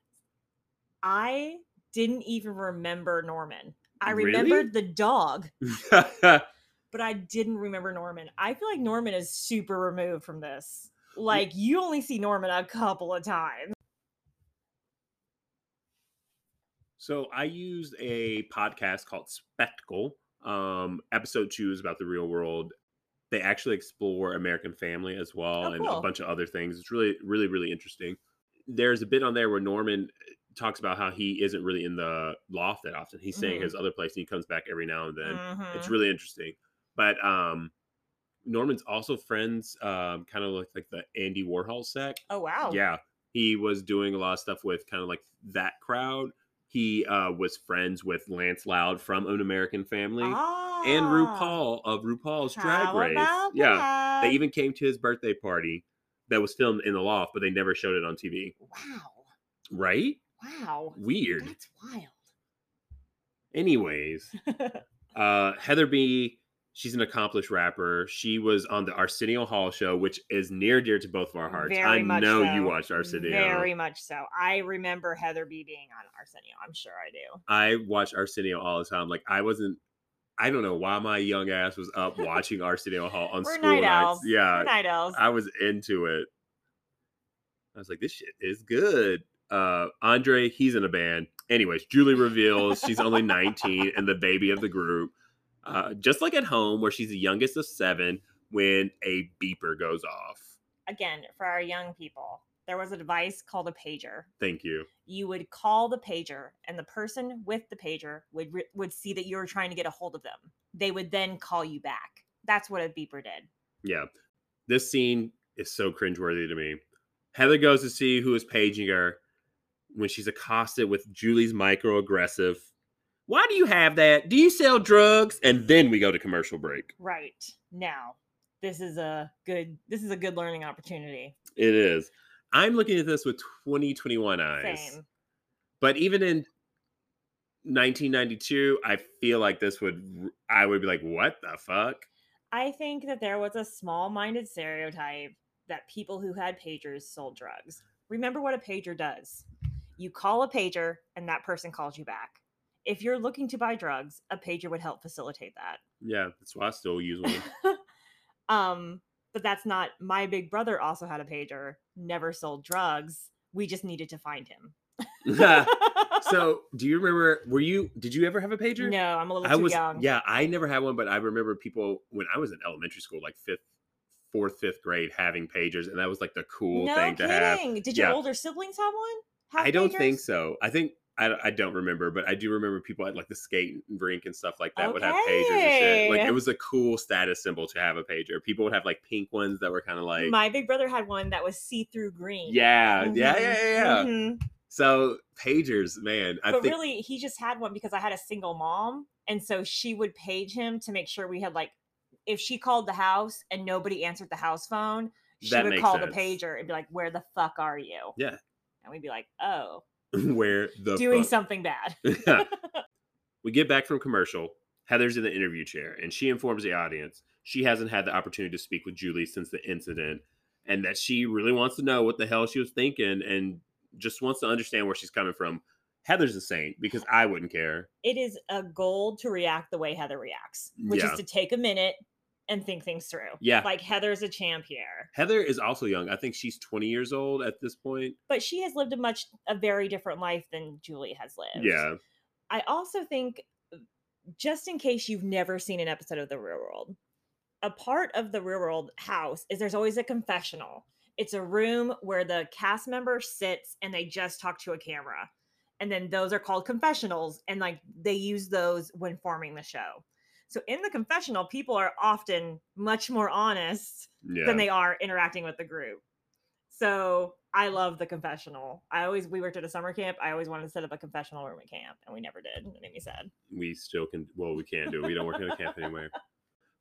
Speaker 1: I didn't even remember Norman. I
Speaker 2: Really?
Speaker 1: remembered the dog, but I didn't remember Norman. I feel like Norman is super removed from this. Like you only see Norman a couple of times.
Speaker 2: So I used a podcast called Spectacle. Um, episode two is about the real world. They actually explore American Family as well
Speaker 1: Oh,
Speaker 2: and a
Speaker 1: cool.
Speaker 2: bunch of other things. It's really, really, really interesting. There's a bit on there where Norman uh, talks about how he isn't really in the loft that often. He's staying
Speaker 1: Mhm.
Speaker 2: at his other place and he comes back every now and then. It's
Speaker 1: Mhm.
Speaker 2: really interesting. But um, Norman's also friends, um, kind of like like the Andy Warhol sect.
Speaker 1: oh wow.
Speaker 2: Yeah. He was doing a lot of stuff with kind of like that crowd. He uh, was friends with Lance Loud from An American Family and
Speaker 1: Ah,
Speaker 2: RuPaul of RuPaul's Drag
Speaker 1: how
Speaker 2: Race.
Speaker 1: about
Speaker 2: Yeah. They
Speaker 1: that?
Speaker 2: even came to his birthday party that was filmed in the loft, but they never showed it on TV.
Speaker 1: wow.
Speaker 2: Right?
Speaker 1: Wow.
Speaker 2: Weird.
Speaker 1: That's wild.
Speaker 2: Anyways, uh, Heather B. She's an accomplished rapper. She was on the Arsenio Hall show, which is near and dear to both of our hearts.
Speaker 1: Very
Speaker 2: I
Speaker 1: much
Speaker 2: know you
Speaker 1: so.
Speaker 2: watched Arsenio.
Speaker 1: Very much so. I remember Heather B being on Arsenio. I'm sure I do.
Speaker 2: I watch Arsenio all the time. Like I wasn't I don't know why my young ass was up watching Arsenio Hall on
Speaker 1: We're
Speaker 2: school
Speaker 1: night
Speaker 2: nights.
Speaker 1: owls.
Speaker 2: Yeah.
Speaker 1: Night Owls.
Speaker 2: I was into it. I was like, this shit is good. Uh Andre, he's in a band. Anyways, Julie reveals she's only 19 and the baby of the group. Uh, just like at home, where she's the youngest of seven when a beeper goes off.
Speaker 1: Again, for our young people, there was a device called a pager.
Speaker 2: Thank you.
Speaker 1: You would call the pager, and the person with the pager would re- would see that you were trying to get a hold of them. They would then call you back. That's what a beeper did.
Speaker 2: Yeah. This scene is so cringeworthy to me. Heather goes to see who is paging her when she's accosted with Julie's microaggressive. Why do you have that? Do you sell drugs? And then we go to commercial break.
Speaker 1: Right now, this is a good this is a good learning opportunity.
Speaker 2: It is. I'm looking at this with 2021 eyes.
Speaker 1: Same.
Speaker 2: But even in 1992, I feel like this would, I would be like, what the fuck?
Speaker 1: I think that there was a small minded stereotype that people who had pagers sold drugs. Remember what a pager does you call a pager, and that person calls you back. If you're looking to buy drugs, a pager would help facilitate that.
Speaker 2: Yeah, that's why I still use one.
Speaker 1: um, but that's not my big brother, also had a pager, never sold drugs. We just needed to find him.
Speaker 2: so, do you remember? Were you? Did you ever have a pager?
Speaker 1: no, I'm a little
Speaker 2: I
Speaker 1: too
Speaker 2: was
Speaker 1: young.
Speaker 2: yeah, I never had one, but I remember people when I was in elementary school, like fifth, fourth, fifth grade, having pagers, and that was like the cool
Speaker 1: no
Speaker 2: thing to have.
Speaker 1: kidding. Did your
Speaker 2: Yeah.
Speaker 1: older siblings have one? Have
Speaker 2: I don't think
Speaker 1: pagers?
Speaker 2: so. I think I, don't- I don't remember, but I do remember people at like the skate rink and stuff like that would have pagers and shit. Like
Speaker 1: Okay.
Speaker 2: it was a cool status symbol to have a pager. People would have like pink ones that were kind of like
Speaker 1: My big brother had one that was see through green.
Speaker 2: yeah, yeah,
Speaker 1: Mhm,
Speaker 2: yeah, yeah, yeah.
Speaker 1: mhm.
Speaker 2: So pagers, man, I
Speaker 1: but
Speaker 2: think
Speaker 1: really, he just had one because I had a single mom, and so she would page him to make sure we had like, if she called the house and nobody answered the house phone, she
Speaker 2: That
Speaker 1: would
Speaker 2: makes
Speaker 1: call
Speaker 2: sense.
Speaker 1: the pager and be like, "Where the fuck are you?"
Speaker 2: Yeah.
Speaker 1: and we'd be like, "Oh,
Speaker 2: where the
Speaker 1: doing
Speaker 2: fuck-
Speaker 1: something bad."
Speaker 2: we get back from commercial. Heather's in the interview chair and she informs the audience she hasn't had the opportunity to speak with Julie since the incident and that she really wants to know what the hell she was thinking and just wants to understand where she's coming from. Heather's a saint because I wouldn't care.
Speaker 1: It is a goal to react the way Heather reacts, which
Speaker 2: Yeah.
Speaker 1: is to take a minute and think things through.
Speaker 2: Yeah.
Speaker 1: Like Heather's a champ here,
Speaker 2: Heather is also young. I think she's 20 years old at this point.
Speaker 1: but she has lived a much a very different life than Julie has lived.
Speaker 2: Yeah.
Speaker 1: I also think, uh, just in case you've never seen an episode of The Real World, a part of The Real World house is there's always a confessional. It's a room where the cast member sits and they just talk to a camera. And then those are called confessionals. And like they use those when forming the show. So in the confessional, people are often much more honest
Speaker 2: Yeah.
Speaker 1: than they are interacting with the group. So I love the confessional. I always we worked at a summer camp. I always wanted to set up a confessional room at camp, and we never did. It made me sad.
Speaker 2: we still can well we can't do it we don't work in a camp anywhere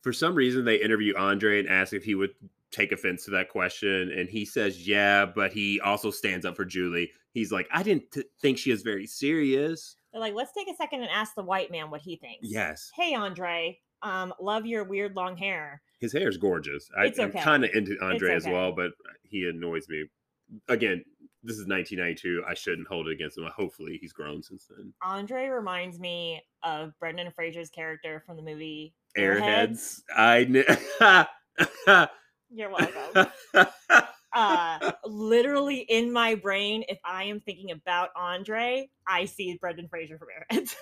Speaker 2: for some reason they interview andre and ask if he would take offense to that question and he says yeah but he also stands up for julie he's like i didn't t- think she was very serious
Speaker 1: They're like, let's take a second and ask the white man what he thinks.
Speaker 2: yes
Speaker 1: Hey Andre, um, love your weird long hair.
Speaker 2: his hair is gorgeous I,
Speaker 1: It's okay.
Speaker 2: i'm kind of into andre as
Speaker 1: okay.
Speaker 2: well but he annoys me again this is 1992 i shouldn't hold it against him hopefully he's grown since then
Speaker 1: Andre reminds me of Brendan Fraser's character from the movie
Speaker 2: airheads i kn-
Speaker 1: You're welcome. uh, literally in my brain, if I am thinking about Andre, I see Brendan Fraser from Airheads.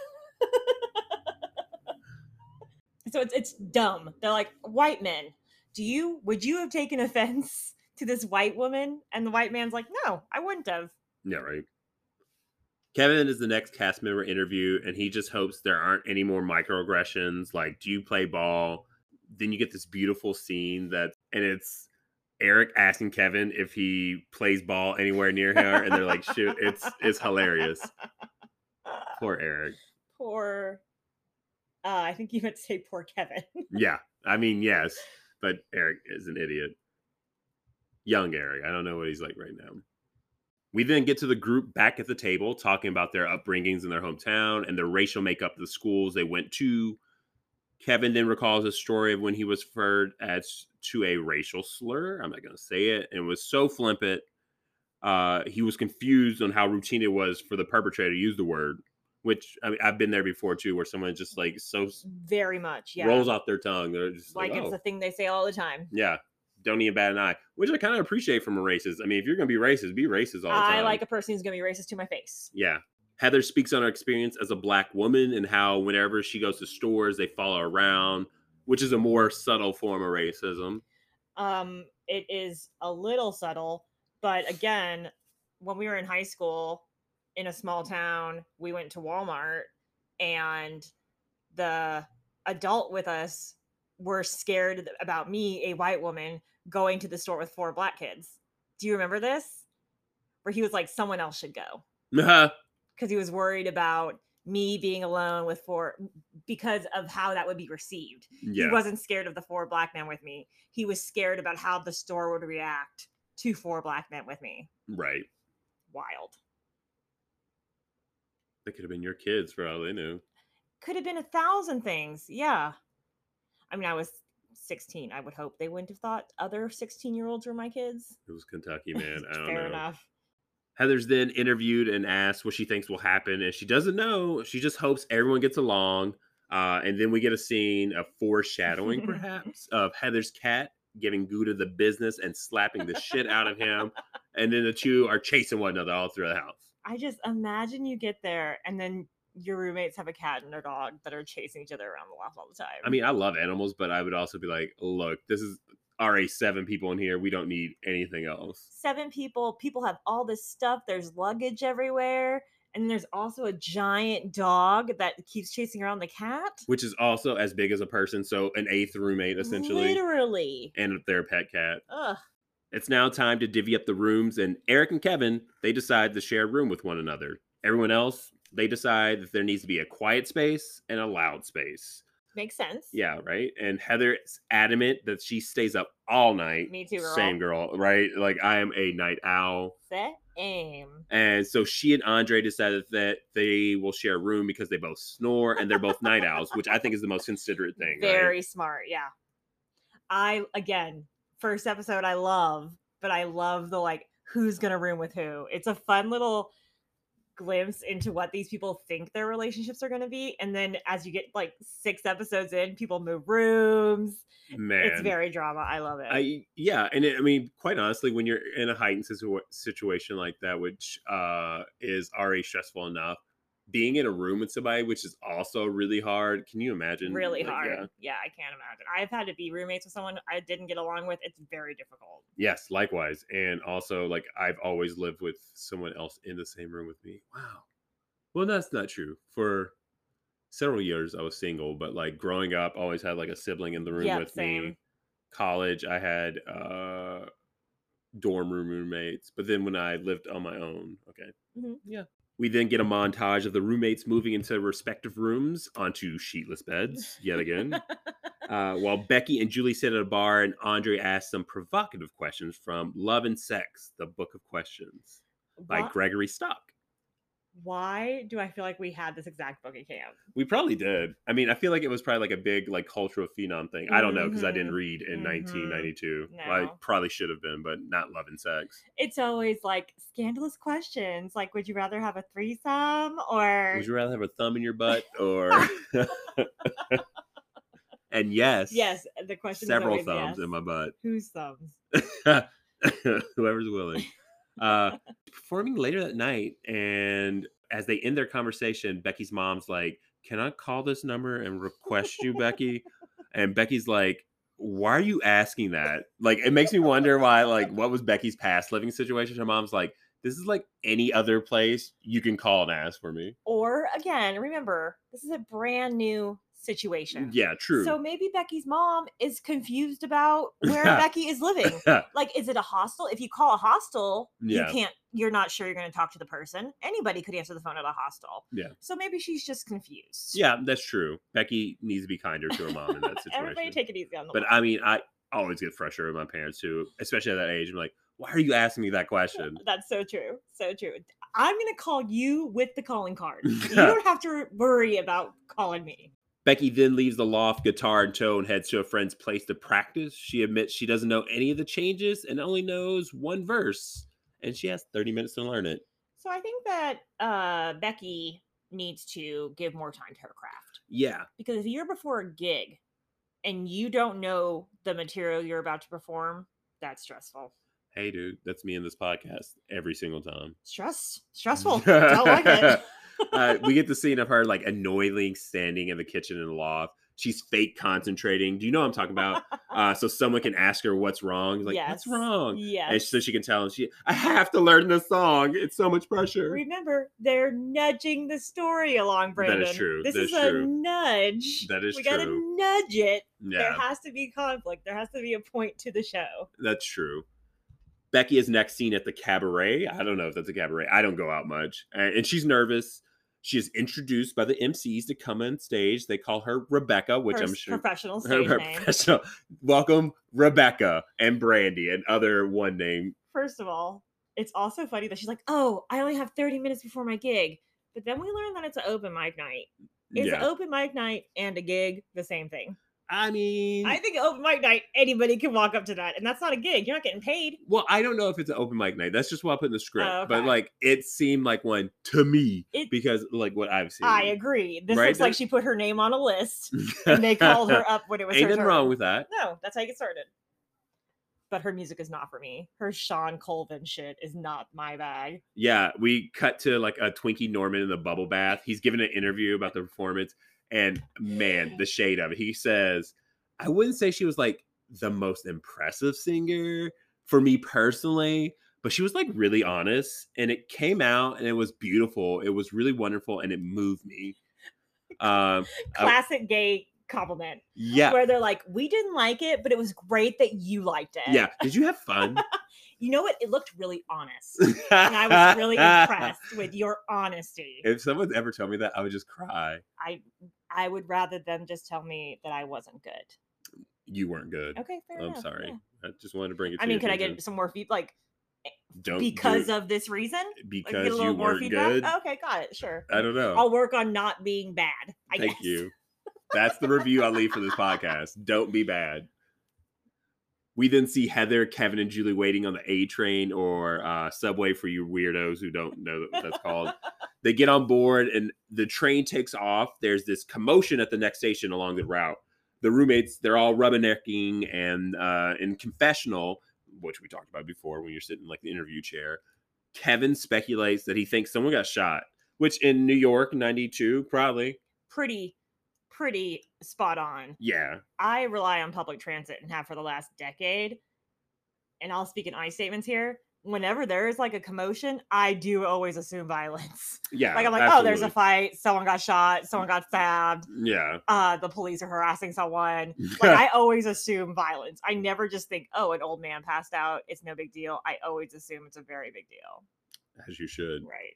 Speaker 1: so it's it's dumb. They're like white men. Do you would you have taken offense to this white woman? And the white man's like, no, I wouldn't have.
Speaker 2: Yeah, right. Kevin is the next cast member interview, and he just hopes there aren't any more microaggressions. Like, do you play ball? Then you get this beautiful scene that, and it's Eric asking Kevin if he plays ball anywhere near here, and they're like, "Shoot, it's it's hilarious." Poor Eric.
Speaker 1: Poor. Uh, I think you meant to say poor Kevin.
Speaker 2: Yeah, I mean, yes, but Eric is an idiot. Young Eric. I don't know what he's like right now. We then get to the group back at the table talking about their upbringings in their hometown and the racial makeup of the schools they went to. Kevin then recalls a story of when he was referred as to a racial slur. I'm not going to say it, and was so flippant. Uh, he was confused on how routine it was for the perpetrator to use the word, which I mean, I've been there before too, where someone just like so
Speaker 1: Very much. Yeah.
Speaker 2: rolls off their tongue. They're just
Speaker 1: like
Speaker 2: like,
Speaker 1: it's
Speaker 2: "Oh,
Speaker 1: a thing they say all the time.
Speaker 2: yeah, don't even bat an eye, which I kind of appreciate from a racist. I mean, if you're gonna be racist, be racist all the time.
Speaker 1: I like a person who's going to be racist to my face.
Speaker 2: yeah. Heather speaks on her experience as a black woman and how whenever she goes to stores, they follow her around, which is a more subtle form of racism.
Speaker 1: Um, it is a little subtle, but again, when we were in high school in a small town, we went to Walmart and the adult with us were scared th- about me, a white woman, going to the store with four black kids. Do you remember this? Where he was like, someone else should go because he was worried about me being alone with four because of how that would be received he
Speaker 2: yeah,
Speaker 1: wasn't scared of the four black men with me. He was scared about how the store would react to four black men with me.
Speaker 2: right.
Speaker 1: Wild.
Speaker 2: They could have been your kids for all they knew.
Speaker 1: Could have been a thousand things. Yeah. I mean, I was 16. I would hope they wouldn't have thought other 16 year olds were my kids.
Speaker 2: It was Kentucky, man. I don't
Speaker 1: Fair
Speaker 2: know.
Speaker 1: enough.
Speaker 2: Heather's then interviewed and asked what she thinks will happen, and she doesn't know. She just hopes everyone gets along. Uh, and then we get a scene of foreshadowing, perhaps, of Heather's cat giving Gouda the business and slapping the shit out of him. And then the two are chasing one another all through the house.
Speaker 1: I just imagine you get there and then your roommates have a cat and their dog that are chasing each other around the loft all the time.
Speaker 2: I mean, I love animals, but I would also be like, look, this is already seven people in here. We don't need anything else.
Speaker 1: seven people. People have all this stuff. There's luggage everywhere. And there's also a giant dog that keeps chasing around the cat.
Speaker 2: Which is also as big as a person. So an eighth roommate, essentially,
Speaker 1: Literally.
Speaker 2: and their pet cat.
Speaker 1: Ugh.
Speaker 2: It's now time to divvy up the rooms, and Eric and Kevin, they decide to share a room with one another. Everyone else, they decide that there needs to be a quiet space and a loud space.
Speaker 1: Makes sense.
Speaker 2: Yeah, right. And Heather is adamant that she stays up all night.
Speaker 1: Me too, girl.
Speaker 2: Same girl, right? Like I am a night owl.
Speaker 1: Set aim.
Speaker 2: And so she and Andre decided that they will share a room because they both snore and they're both night owls, which I think is the most considerate thing. right?
Speaker 1: Very smart. Yeah. I, again, first episode I love, but I love the like, who's going to room with who. It's a fun little glimpse into what these people think their relationships are going to be and then as you get like six episodes in people move rooms
Speaker 2: Man,
Speaker 1: it's very drama i love it
Speaker 2: I yeah, and it, I mean, quite honestly, when you're in a heightened situ- situation like that, which uh, is already stressful enough, being in a room with somebody, which is also really hard. Can you imagine?
Speaker 1: really
Speaker 2: Like,
Speaker 1: hard
Speaker 2: yeah.
Speaker 1: yeah. i can't imagine i've had to be roommates with someone i didn't get along with it's very difficult
Speaker 2: Yes, likewise, and also like I've always lived with someone else in the same room with me. Wow. Well, that's not true. For several years, I was single, but like growing up, always had like a sibling in the room
Speaker 1: Yeah,
Speaker 2: with me.
Speaker 1: same.
Speaker 2: College, I had uh dorm room roommates, but then when I lived on my own, okay,
Speaker 1: Mhm.
Speaker 2: yeah. We then get a montage of the roommates moving into respective rooms onto sheetless beds yet again. uh, while Becky and Julie sit at a bar and Andre asks some provocative questions from Love and Sex, the Book of Questions by
Speaker 1: Why-
Speaker 2: Gregory Stock.
Speaker 1: why do i feel like we had this exact book at camp
Speaker 2: We probably did. I mean, I feel like it was probably like a big like cultural phenom thing. I don't know because I didn't
Speaker 1: Mhm.
Speaker 2: read in
Speaker 1: Mhm.
Speaker 2: 1992. I
Speaker 1: No.
Speaker 2: probably should have been, but not Love and Sex.
Speaker 1: it's always like scandalous questions like would you rather have a threesome or
Speaker 2: Would you rather have a thumb in your butt or? and yes,
Speaker 1: yes the question
Speaker 2: several
Speaker 1: is always
Speaker 2: thumbs
Speaker 1: yes.
Speaker 2: in my butt.
Speaker 1: whose thumbs
Speaker 2: whoever's willing. Uh, performing later that night, and as they end their conversation, Becky's mom's like, "Can I call this number and request you, Becky?" And Becky's like, "Why are you asking that?" Like, it makes me wonder why. Like, what was Becky's past living situation? Her mom's like, "This is like any other place you can call and ask for me."
Speaker 1: or again remember this is a brand new situation
Speaker 2: Yeah, true.
Speaker 1: So maybe Becky's mom is confused about where Becky is living. Like, is it a hostel? If you call a hostel,
Speaker 2: Yeah.
Speaker 1: you can't. You're not sure you're going to talk to the person. Anybody could answer the phone at a hostel.
Speaker 2: Yeah.
Speaker 1: So maybe she's just confused.
Speaker 2: yeah, that's true. Becky needs to be kinder to her mom in that situation.
Speaker 1: Everybody take it easy on the.
Speaker 2: But
Speaker 1: mom.
Speaker 2: I mean, I always get frustrated with my parents too, especially at that age. I'm like, why are you asking me that question?
Speaker 1: That's so true. So true. I'm going to call you with the calling card. You don't have to worry about calling me.
Speaker 2: Becky then leaves the loft, guitar in tow, and heads to a friend's place to practice. She admits she doesn't know any of the changes and only knows one verse, and she has 30 minutes to learn it.
Speaker 1: So I think that uh, Becky needs to give more time to her craft.
Speaker 2: Yeah,
Speaker 1: because if you're before a gig and you don't know the material you're about to perform, that's stressful.
Speaker 2: hey, dude, that's me in this podcast every single time.
Speaker 1: Stress, stressful. don't like it.
Speaker 2: uh, we get the scene of her like annoyingly standing in the kitchen in the loft. She's fake concentrating. Do you know what I'm talking about? Uh, so someone can ask her what's wrong. Like,
Speaker 1: Yes.
Speaker 2: what's wrong?
Speaker 1: Yes.
Speaker 2: And so she can tell him she I have to learn the song. It's so much pressure.
Speaker 1: Remember, they're nudging the story along,
Speaker 2: That is
Speaker 1: Brandon.
Speaker 2: true.
Speaker 1: This
Speaker 2: That
Speaker 1: is
Speaker 2: is
Speaker 1: a
Speaker 2: true.
Speaker 1: nudge.
Speaker 2: That is
Speaker 1: we gotta
Speaker 2: true.
Speaker 1: nudge it. There
Speaker 2: Yeah,
Speaker 1: has to be conflict. There has to be a point to the show.
Speaker 2: that's true. Becky is next seen at the cabaret. I don't know if that's a cabaret. I don't go out much. A- And she's nervous. She is introduced by the MCs to come on stage. They call her Rebecca, which
Speaker 1: Her
Speaker 2: I'm
Speaker 1: s-
Speaker 2: sure
Speaker 1: professional
Speaker 2: her
Speaker 1: stage name.
Speaker 2: professional. Welcome Rebecca and Brandy and other one name.
Speaker 1: First of all, it's also funny that she's like, "Oh, I only have 30 minutes before my gig," but then we learn that it's an open mic night. Is
Speaker 2: yeah.
Speaker 1: open mic night and a gig the same thing?
Speaker 2: I mean
Speaker 1: I think open mic night, anybody can walk up to that, and that's not a gig. You're not getting paid.
Speaker 2: well, I don't know if it's an open mic night. That's just what I put in the script.
Speaker 1: Oh,
Speaker 2: But
Speaker 1: okay.
Speaker 2: like it seemed like one to me
Speaker 1: It-
Speaker 2: because like what I've seen.
Speaker 1: I agree. This
Speaker 2: Right,
Speaker 1: looks like
Speaker 2: this-
Speaker 1: she put her name on a list, and they called her up when it was
Speaker 2: Ain't
Speaker 1: her
Speaker 2: nothing
Speaker 1: turn.
Speaker 2: wrong with that.
Speaker 1: No, that's how you get started. But her music is not for me. Her Sean Colvin shit is not my bag.
Speaker 2: Yeah, we cut to like a Twinkie Norman in the bubble bath. He's giving an interview about the performance, and man, the shade of it. He says, I wouldn't say she was like the most impressive singer for me personally, but she was like really honest, and it came out and it was beautiful. It was really wonderful, and it moved me. Um, I-
Speaker 1: Classic gay compliment
Speaker 2: yeah,
Speaker 1: where they're like, "We didn't like it, but it was great that you liked it."
Speaker 2: yeah. Did you have fun?
Speaker 1: You know what? It looked really honest, and I was really impressed with your honesty.
Speaker 2: If someone's ever told me that, I would just cry.
Speaker 1: I I would rather them just tell me that I wasn't good.
Speaker 2: You weren't good.
Speaker 1: Okay, fair
Speaker 2: I'm
Speaker 1: enough,
Speaker 2: sorry.
Speaker 1: Oh, yeah.
Speaker 2: I just wanted to bring it. To
Speaker 1: I mean,
Speaker 2: your
Speaker 1: could I
Speaker 2: attention.
Speaker 1: get some more feedback? Like
Speaker 2: Don't do
Speaker 1: because
Speaker 2: it
Speaker 1: of this reason, like get a
Speaker 2: Oh, because
Speaker 1: little
Speaker 2: you
Speaker 1: more
Speaker 2: weren't
Speaker 1: feedback. Oh,
Speaker 2: good.
Speaker 1: Okay, got it. Sure.
Speaker 2: I don't know.
Speaker 1: I'll work on not being bad. I
Speaker 2: Thank
Speaker 1: guess.
Speaker 2: you. That's the review I leave for this podcast. Don't be bad. We then see Heather, Kevin, and Julie waiting on the A train or uh, subway for you weirdos who don't know what that's called. They get on board and the train takes off. There's this commotion at the next station along the route. The roommates, they're all rubbernecking and uh, in confessional, which we talked about before when you're sitting in, like the interview chair. Kevin speculates that he thinks someone got shot, which in New York, 92, probably.
Speaker 1: Pretty, pretty spot on.
Speaker 2: Yeah.
Speaker 1: I rely on public transit and have for the last decade. And I'll speak in I statements here. Whenever there is like a commotion, I do always assume violence.
Speaker 2: Yeah.
Speaker 1: Like I'm like, oh, there's a
Speaker 2: absolutely.
Speaker 1: fight. Someone got shot. Someone got stabbed.
Speaker 2: Yeah.
Speaker 1: Uh, the police are harassing someone. Like I always assume violence. I never just think, oh, an old man passed out. It's no big deal. I always assume it's a very big deal.
Speaker 2: As you should.
Speaker 1: Right.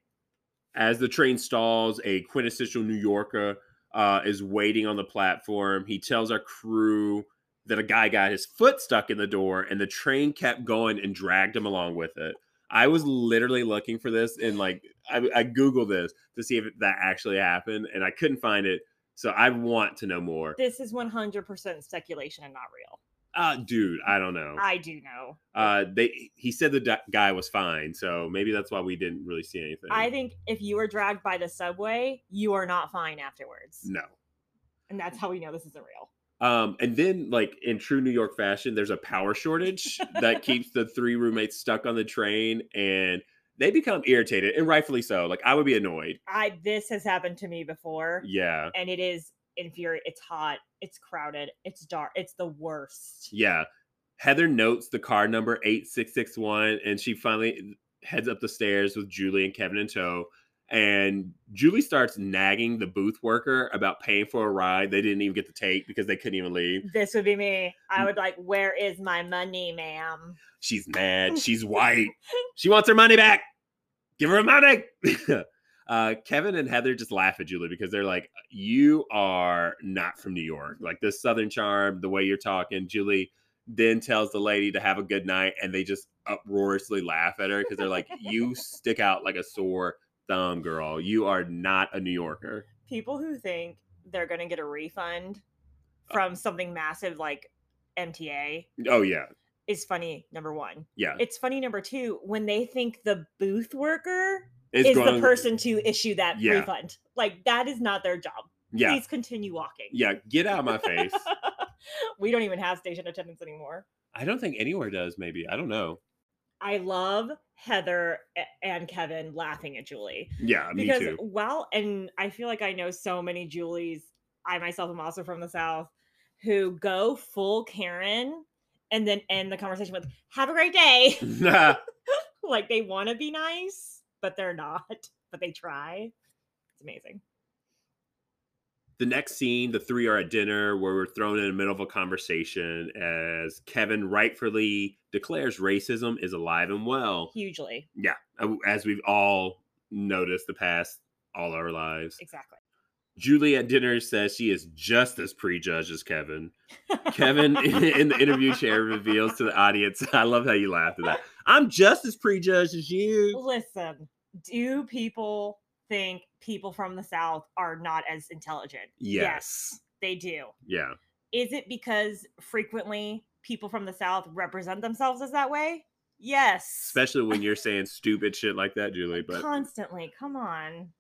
Speaker 2: As the train stalls, a quintessential New Yorker uh, is waiting on the platform. He tells our crew that a guy got his foot stuck in the door and the train kept going and dragged him along with it. I was literally looking for this and like I, I Googled this to see if that actually happened and I couldn't find it. So I want to know more.
Speaker 1: This is 100% speculation and not real.
Speaker 2: Uh, dude, I don't know.
Speaker 1: I do know.
Speaker 2: Uh, they he said the di- guy was fine, so maybe that's why we didn't really see anything.
Speaker 1: I think if you were dragged by the subway, you are not fine afterwards.
Speaker 2: no.
Speaker 1: And that's how we know this isn't real.
Speaker 2: Um, and then, like in true New York fashion, there's a power shortage that keeps the three roommates stuck on the train, and they become irritated, and rightfully so. Like I would be annoyed.
Speaker 1: I this has happened to me before
Speaker 2: Yeah,
Speaker 1: and it is infuriating. It's hot, it's crowded, it's dark, it's the worst.
Speaker 2: yeah. Heather notes the car number eight six six one, and she finally heads up the stairs with Julie and Kevin in tow. And Julie starts nagging the booth worker about paying for a ride they didn't even get to take because they couldn't even leave.
Speaker 1: This would be me. I
Speaker 2: Mm.
Speaker 1: would like, where is my money, ma'am?
Speaker 2: She's mad. She's white. She wants her money back. Give her her money. uh, Kevin and Heather just laugh at Julie because they're like, You are not from New York. Like this Southern charm, the way you're talking. Julie then tells the lady to have a good night, and they just uproariously laugh at her because they're like, You stick out like a sore thumb, girl. You are not a New Yorker.
Speaker 1: People who think they're gonna get a refund
Speaker 2: Uh.
Speaker 1: from something massive like MTA
Speaker 2: Oh, yeah.
Speaker 1: is funny, number one.
Speaker 2: Yeah.
Speaker 1: It's funny, number two, when they think the booth worker
Speaker 2: It's
Speaker 1: is the
Speaker 2: going-
Speaker 1: person to issue that
Speaker 2: Yeah.
Speaker 1: refund. Like that is not their job.
Speaker 2: Yeah.
Speaker 1: Please continue walking.
Speaker 2: Yeah. Get out of my face.
Speaker 1: we don't even have station attendants anymore.
Speaker 2: I don't think anywhere does, maybe. I don't know.
Speaker 1: I love Heather a- and Kevin laughing at Julie
Speaker 2: Yeah. Me
Speaker 1: because
Speaker 2: too.
Speaker 1: well, and I feel like I know so many Julies. I myself am also from the South who go full Karen and then end the conversation with "Have a great day." like they want to be nice, but they're not. But they try. It's amazing.
Speaker 2: the next scene, the three are at dinner where we're thrown in the middle of a conversation as Kevin rightfully declares racism is alive and well.
Speaker 1: Hugely,
Speaker 2: Yeah, as we've all noticed the past all our lives.
Speaker 1: exactly.
Speaker 2: Julie at dinner says she is just as prejudged as Kevin. Kevin in the interview chair reveals to the audience, I love how you laughed at that. I'm just as prejudged as you.
Speaker 1: Listen, do people think people from the South are not as intelligent?
Speaker 2: Yes.
Speaker 1: they do.
Speaker 2: Yeah.
Speaker 1: Is it because frequently people from the South represent themselves as that way? Yes.
Speaker 2: Especially when you're saying stupid shit like that, Julie. But
Speaker 1: Constantly. Come on.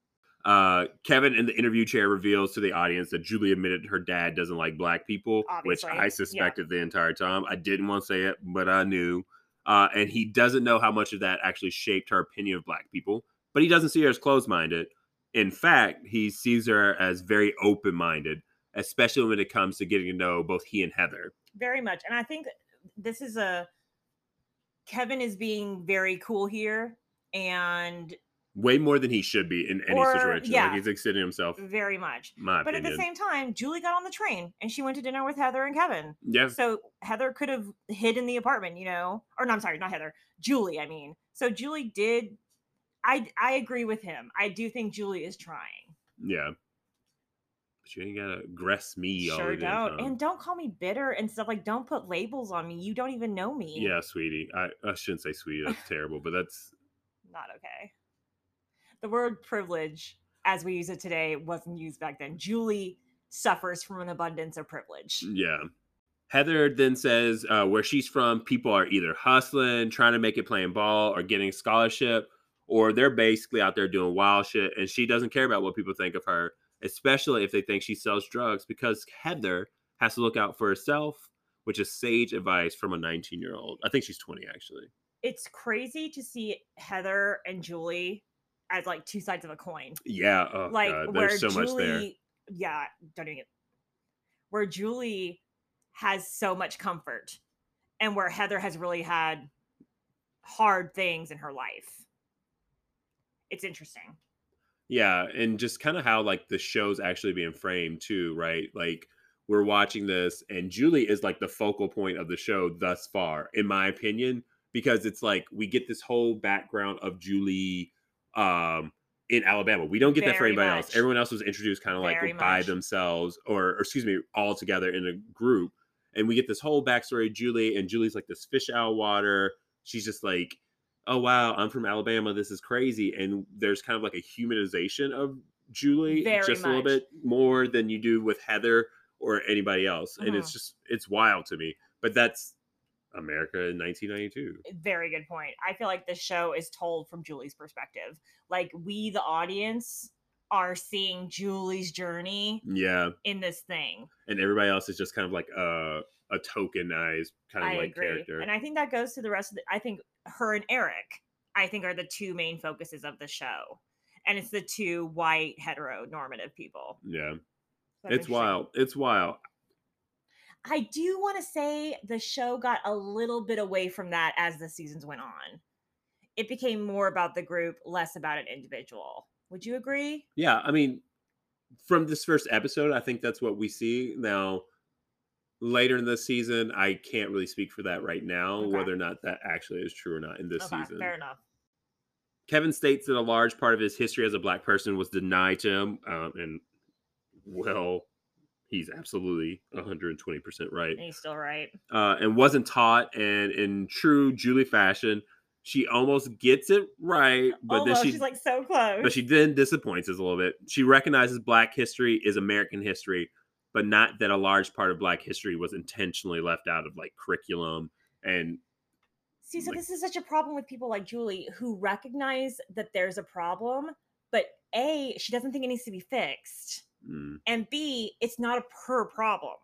Speaker 2: Uh, Kevin in the interview chair reveals to the audience that Julie admitted her dad doesn't like black people,
Speaker 1: Obviously,
Speaker 2: which I
Speaker 1: yeah.
Speaker 2: suspected the entire time. I didn't want to say it, but I knew. Uh, and he doesn't know how much of that actually shaped her opinion of black people, but he doesn't see her as closed minded. In fact, he sees her as very open minded, especially when it comes to getting to know both he and Heather.
Speaker 1: Very much. And I think this is a Kevin is being very cool here and
Speaker 2: Way more than he should be in any
Speaker 1: Or-
Speaker 2: situation.
Speaker 1: yeah.
Speaker 2: Like he's exceeding himself.
Speaker 1: very much.
Speaker 2: My
Speaker 1: But at
Speaker 2: opinion.
Speaker 1: the same time, Julie got on the train and she went to dinner with Heather and Kevin.
Speaker 2: yeah.
Speaker 1: So Heather could have hid in the apartment, you know, or no, I'm sorry, not Heather, Julie. I mean, so Julie did. I I agree with him. I do think Julie is trying.
Speaker 2: Yeah. But you ain't gotta aggress me all
Speaker 1: sure
Speaker 2: the damn
Speaker 1: don't,
Speaker 2: time.
Speaker 1: and don't call me bitter and stuff. Like, don't put labels on me. You don't even know me.
Speaker 2: Yeah, sweetie. I, I shouldn't say sweetie. That's terrible, but that's
Speaker 1: not okay. The word privilege, as we use it today, wasn't used back then. Julie suffers from an abundance of privilege.
Speaker 2: yeah. Heather then says uh, where she's from, people are either hustling, trying to make it playing ball, or getting a scholarship, or they're basically out there doing wild shit and she doesn't care about what people think of her, especially if they think she sells drugs because Heather has to look out for herself, which is sage advice from a 19 year old. I think she's 20 actually.
Speaker 1: It's crazy to see Heather and Julie as like two sides of a coin.
Speaker 2: Yeah. Oh,
Speaker 1: like
Speaker 2: God,
Speaker 1: where
Speaker 2: there's so
Speaker 1: Julie,
Speaker 2: much there.
Speaker 1: yeah, don't even get where Julie has so much comfort, and where Heather has really had hard things in her life. It's interesting.
Speaker 2: Yeah, and just kind of how like the show's actually being framed too, right? Like we're watching this, and Julie is like the focal point of the show thus far, in my opinion, because it's like we get this whole background of Julie um in Alabama. We don't get that for
Speaker 1: Very
Speaker 2: anybody else.
Speaker 1: much.
Speaker 2: Everyone else was introduced kind of like
Speaker 1: Very
Speaker 2: by
Speaker 1: much.
Speaker 2: themselves, or, or excuse me, all together in a group, and we get this whole backstory. Of Julie and Julie's like this fish out of water. She's just like oh wow, I'm from Alabama. This is crazy. And there's kind of like a humanization of Julie
Speaker 1: Very
Speaker 2: just a little
Speaker 1: much.
Speaker 2: bit more than you do with Heather or anybody else. And
Speaker 1: Uh-huh.
Speaker 2: it's just it's wild to me. But that's America in 1992.
Speaker 1: Very good point. I feel like this show is told from Julie's perspective. Like we, the audience, are seeing Julie's journey
Speaker 2: Yeah,
Speaker 1: in this thing.
Speaker 2: and everybody else is just kind of like a a tokenized kind of
Speaker 1: I
Speaker 2: like
Speaker 1: agree.
Speaker 2: character.
Speaker 1: And I think that goes to the rest of the I think her and Eric, I think are the two main focuses of the show. And it's the two white heteronormative people.
Speaker 2: yeah,
Speaker 1: So that's
Speaker 2: it's
Speaker 1: interesting.
Speaker 2: wild. It's wild.
Speaker 1: I do want to say the show got a little bit away from that as the seasons went on. It became more about the group, less about an individual. Would you agree?
Speaker 2: Yeah, I mean, from this first episode, I think that's what we see now. Later in the season, I can't really speak for that right now,
Speaker 1: Okay.
Speaker 2: whether or not that actually is true or not in this
Speaker 1: Okay,
Speaker 2: season.
Speaker 1: fair enough.
Speaker 2: Kevin states that a large part of his history as a black person was denied to him, um, and well, he's absolutely 120% right
Speaker 1: And he's still right.
Speaker 2: uh, and wasn't taught. And in true Julie fashion, she almost gets it right, but
Speaker 1: Although
Speaker 2: then she
Speaker 1: she's like so close.
Speaker 2: but she then disappoints us a little bit. She recognizes Black history is American history, but not that a large part of Black history was intentionally left out of like curriculum. And
Speaker 1: See, so
Speaker 2: like-
Speaker 1: this is such a problem with people like Julie who recognize that there's a problem, but A, she doesn't think it needs to be fixed.
Speaker 2: mm,
Speaker 1: And B, it's not a her problem.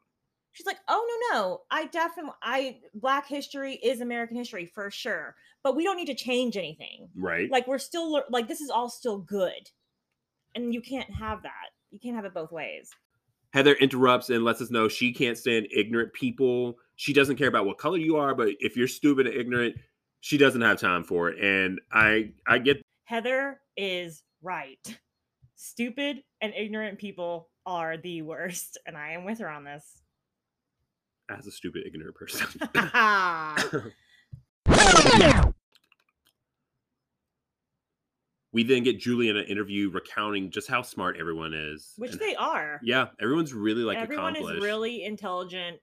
Speaker 1: She's like, oh no, no, I definitely I black history is American history for sure. But we don't need to change anything.
Speaker 2: right,
Speaker 1: Like we're still lear- like this is all still good. And you can't have that. You can't have it both ways.
Speaker 2: Heather interrupts and lets us know she can't stand ignorant people. She doesn't care about what color you are, but if you're stupid and ignorant, she doesn't have time for it. And I, I get
Speaker 1: Heather is right. Stupid and ignorant people are the worst, and I am with her on this.
Speaker 2: as a stupid ignorant person. we then get Julie in an interview recounting just how smart everyone is,
Speaker 1: Which
Speaker 2: and-
Speaker 1: they are.
Speaker 2: Yeah, everyone's really like
Speaker 1: Everyone is
Speaker 2: accomplished.
Speaker 1: really intelligent.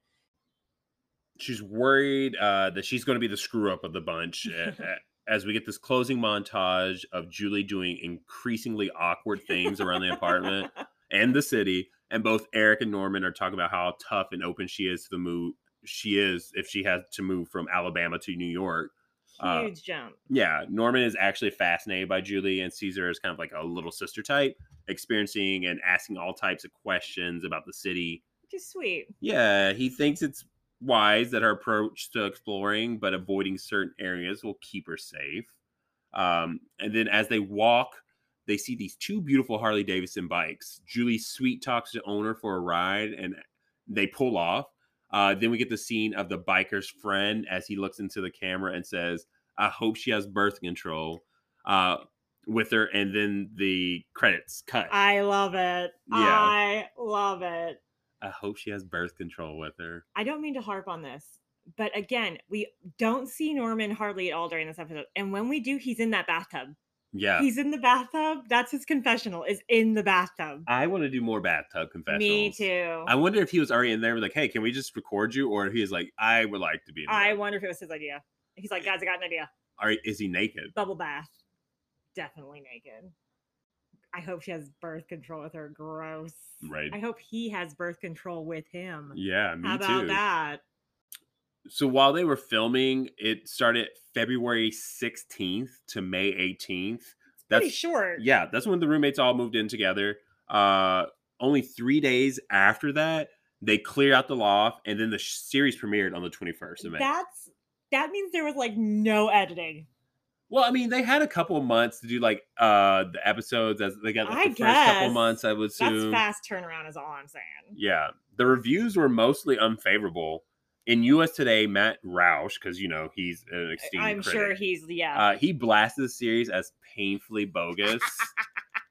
Speaker 2: she's worried uh, that she's going to be the screw up of the bunch a- a- as we get this closing montage of Julie doing increasingly awkward things around the apartment and the city. And both Eric and Norman are talking about how tough and open she is to the move. She is if she has to move from Alabama to New York. Uh,
Speaker 1: Huge jump.
Speaker 2: Yeah, Norman is actually fascinated by Julie and sees her as kind of like a little sister type, experiencing and asking all types of questions about the city.
Speaker 1: Just sweet.
Speaker 2: Yeah, he thinks it's wise that her approach to exploring but avoiding certain areas will keep her safe. Um, and then as they walk, they see these two beautiful Harley Davidson bikes. Julie sweet talks the owner for a ride and they pull off. Uh, then we get the scene of the biker's friend as he looks into the camera and says, I hope she has birth control uh, with her. And then the credits cut. I,
Speaker 1: I love it.
Speaker 2: Yeah.
Speaker 1: I love it.
Speaker 2: hope she has birth control with her.
Speaker 1: I don't mean to harp on this, but again, we don't see Norman hardly at all during this episode. And when we do, he's in that bathtub.
Speaker 2: Yeah.
Speaker 1: He's in the bathtub. That's his confessional, is in the bathtub.
Speaker 2: I want to do more bathtub confessionals.
Speaker 1: Me too.
Speaker 2: I wonder if he was already in there, like, "Hey, can we just record you?" Or if he is like, "I would like to be." In
Speaker 1: I
Speaker 2: there."
Speaker 1: wonder if it was his idea. He's like, guys, I got an idea.
Speaker 2: Are, is he naked?
Speaker 1: Bubble bath. Definitely naked. I hope she has birth control with her. Gross.
Speaker 2: Right.
Speaker 1: I hope he has birth control with him.
Speaker 2: Yeah, me
Speaker 1: How about
Speaker 2: too.
Speaker 1: that?
Speaker 2: so while they were filming, it started February 16th to May 18th.
Speaker 1: Pretty
Speaker 2: That's
Speaker 1: short.
Speaker 2: yeah, that's when the roommates all moved in together. Uh, only three days after that, they cleared out the loft, and then the sh- series premiered on the 21st of May.
Speaker 1: That's that means there was like no editing.
Speaker 2: well, I mean, they had a couple of months to do like uh the episodes as they got like,
Speaker 1: I
Speaker 2: the first couple
Speaker 1: guess.
Speaker 2: months. I would
Speaker 1: That's
Speaker 2: assume.
Speaker 1: fast turnaround, is all I'm saying.
Speaker 2: Yeah, the reviews were mostly unfavorable. In U.S. Today, Matt Roush, because you know he's an esteemed
Speaker 1: I'm
Speaker 2: critic,
Speaker 1: sure he's yeah.
Speaker 2: uh, he blasted the series as painfully bogus,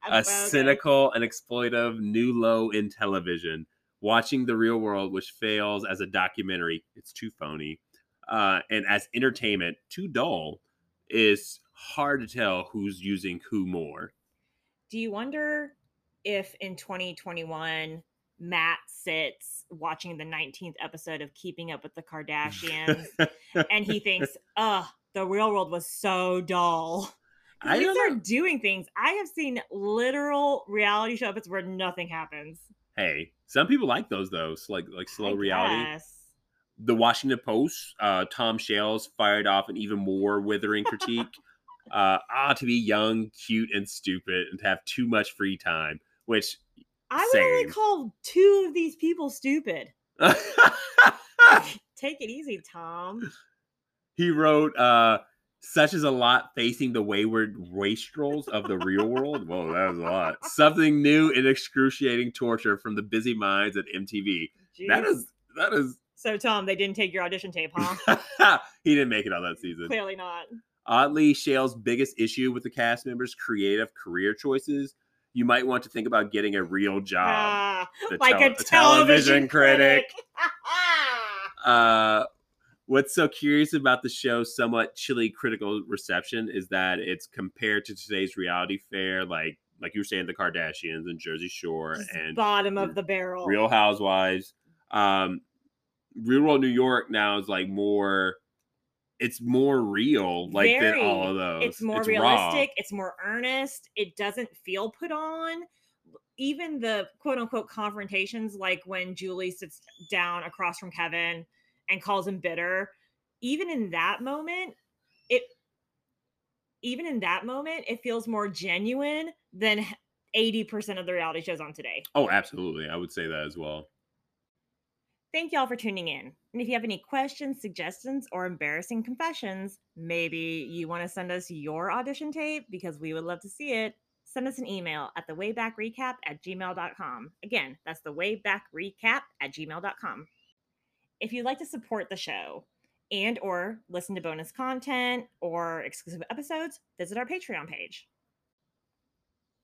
Speaker 1: I'm
Speaker 2: a
Speaker 1: bogus.
Speaker 2: cynical and exploitive new low in television. Watching the real world, which fails as a documentary, it's too phony, uh, and as entertainment, too dull. Is hard to tell who's using who more.
Speaker 1: Do you wonder if in 2021 Matt sits watching the 19th episode of Keeping Up with the Kardashians and he thinks, "Ugh, the real world was so dull."
Speaker 2: I
Speaker 1: These
Speaker 2: don't
Speaker 1: are
Speaker 2: know.
Speaker 1: doing things. I have seen literal reality show episodes where nothing happens.
Speaker 2: Hey, some people like those though, s- like like slow
Speaker 1: I
Speaker 2: reality.
Speaker 1: guess.
Speaker 2: the Washington Post, uh, Tom Shales fired off an even more withering critique. uh, ah, to be young, cute, and stupid, and to have too much free time, which.
Speaker 1: I would only
Speaker 2: Same.
Speaker 1: call two of these people stupid. Take it easy, Tom.
Speaker 2: he wrote, uh, such is a lot facing the wayward wastrels of the real world. Whoa, that was a lot. Something new and excruciating torture from the busy minds at MTV. That
Speaker 1: Jeez.
Speaker 2: is, that is,
Speaker 1: so, Tom. They didn't take your audition tape, huh?
Speaker 2: he didn't make it on that season.
Speaker 1: Clearly not.
Speaker 2: Oddly, Shale's biggest issue with the cast members' creative career choices. You might want to think about getting a real job.
Speaker 1: Ah,
Speaker 2: the
Speaker 1: like
Speaker 2: tel-
Speaker 1: a television, critic.
Speaker 2: Uh, what's so curious about the show's somewhat chilly critical reception is that it's compared to today's reality fare, like like you were saying, the Kardashians and Jersey Shore
Speaker 1: Just
Speaker 2: and
Speaker 1: bottom of the barrel.
Speaker 2: Real Housewives. Um, real World New York now is like more. It's more real, like than all of those.
Speaker 1: It's more
Speaker 2: raw.
Speaker 1: realistic. It's more earnest. It doesn't feel put on. Even the quote unquote confrontations, like when Julie sits down across from Kevin and calls him bitter, even in that moment, it even in that moment, it feels more genuine than 80% of the reality shows on today.
Speaker 2: Oh, absolutely. I would say that as well.
Speaker 1: Thank y'all for tuning in. And if you have any questions, suggestions, or embarrassing confessions, maybe you want to send us your audition tape because we would love to see it. Send us an email at the waybackrecap at gmail.com. Again, that's the waybackrecap at gmail.com. If you'd like to support the show and or listen to bonus content or exclusive episodes, visit our Patreon page.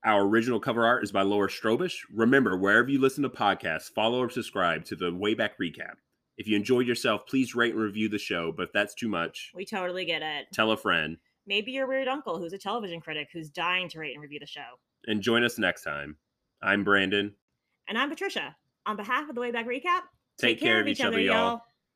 Speaker 2: Our original cover art is by Laura Strobish. Remember, wherever you listen to podcasts, follow or subscribe to the Wayback Recap. If you enjoyed yourself, please rate and review the show, but if that's too much,
Speaker 1: We totally get it.
Speaker 2: tell a friend
Speaker 1: Maybe your weird uncle who's a television critic who's dying to rate and review the show.
Speaker 2: and join us next time. I'm Brandon.
Speaker 1: And I'm Patricia. On behalf of the Wayback Recap,
Speaker 2: Take, care, of each other, y'all.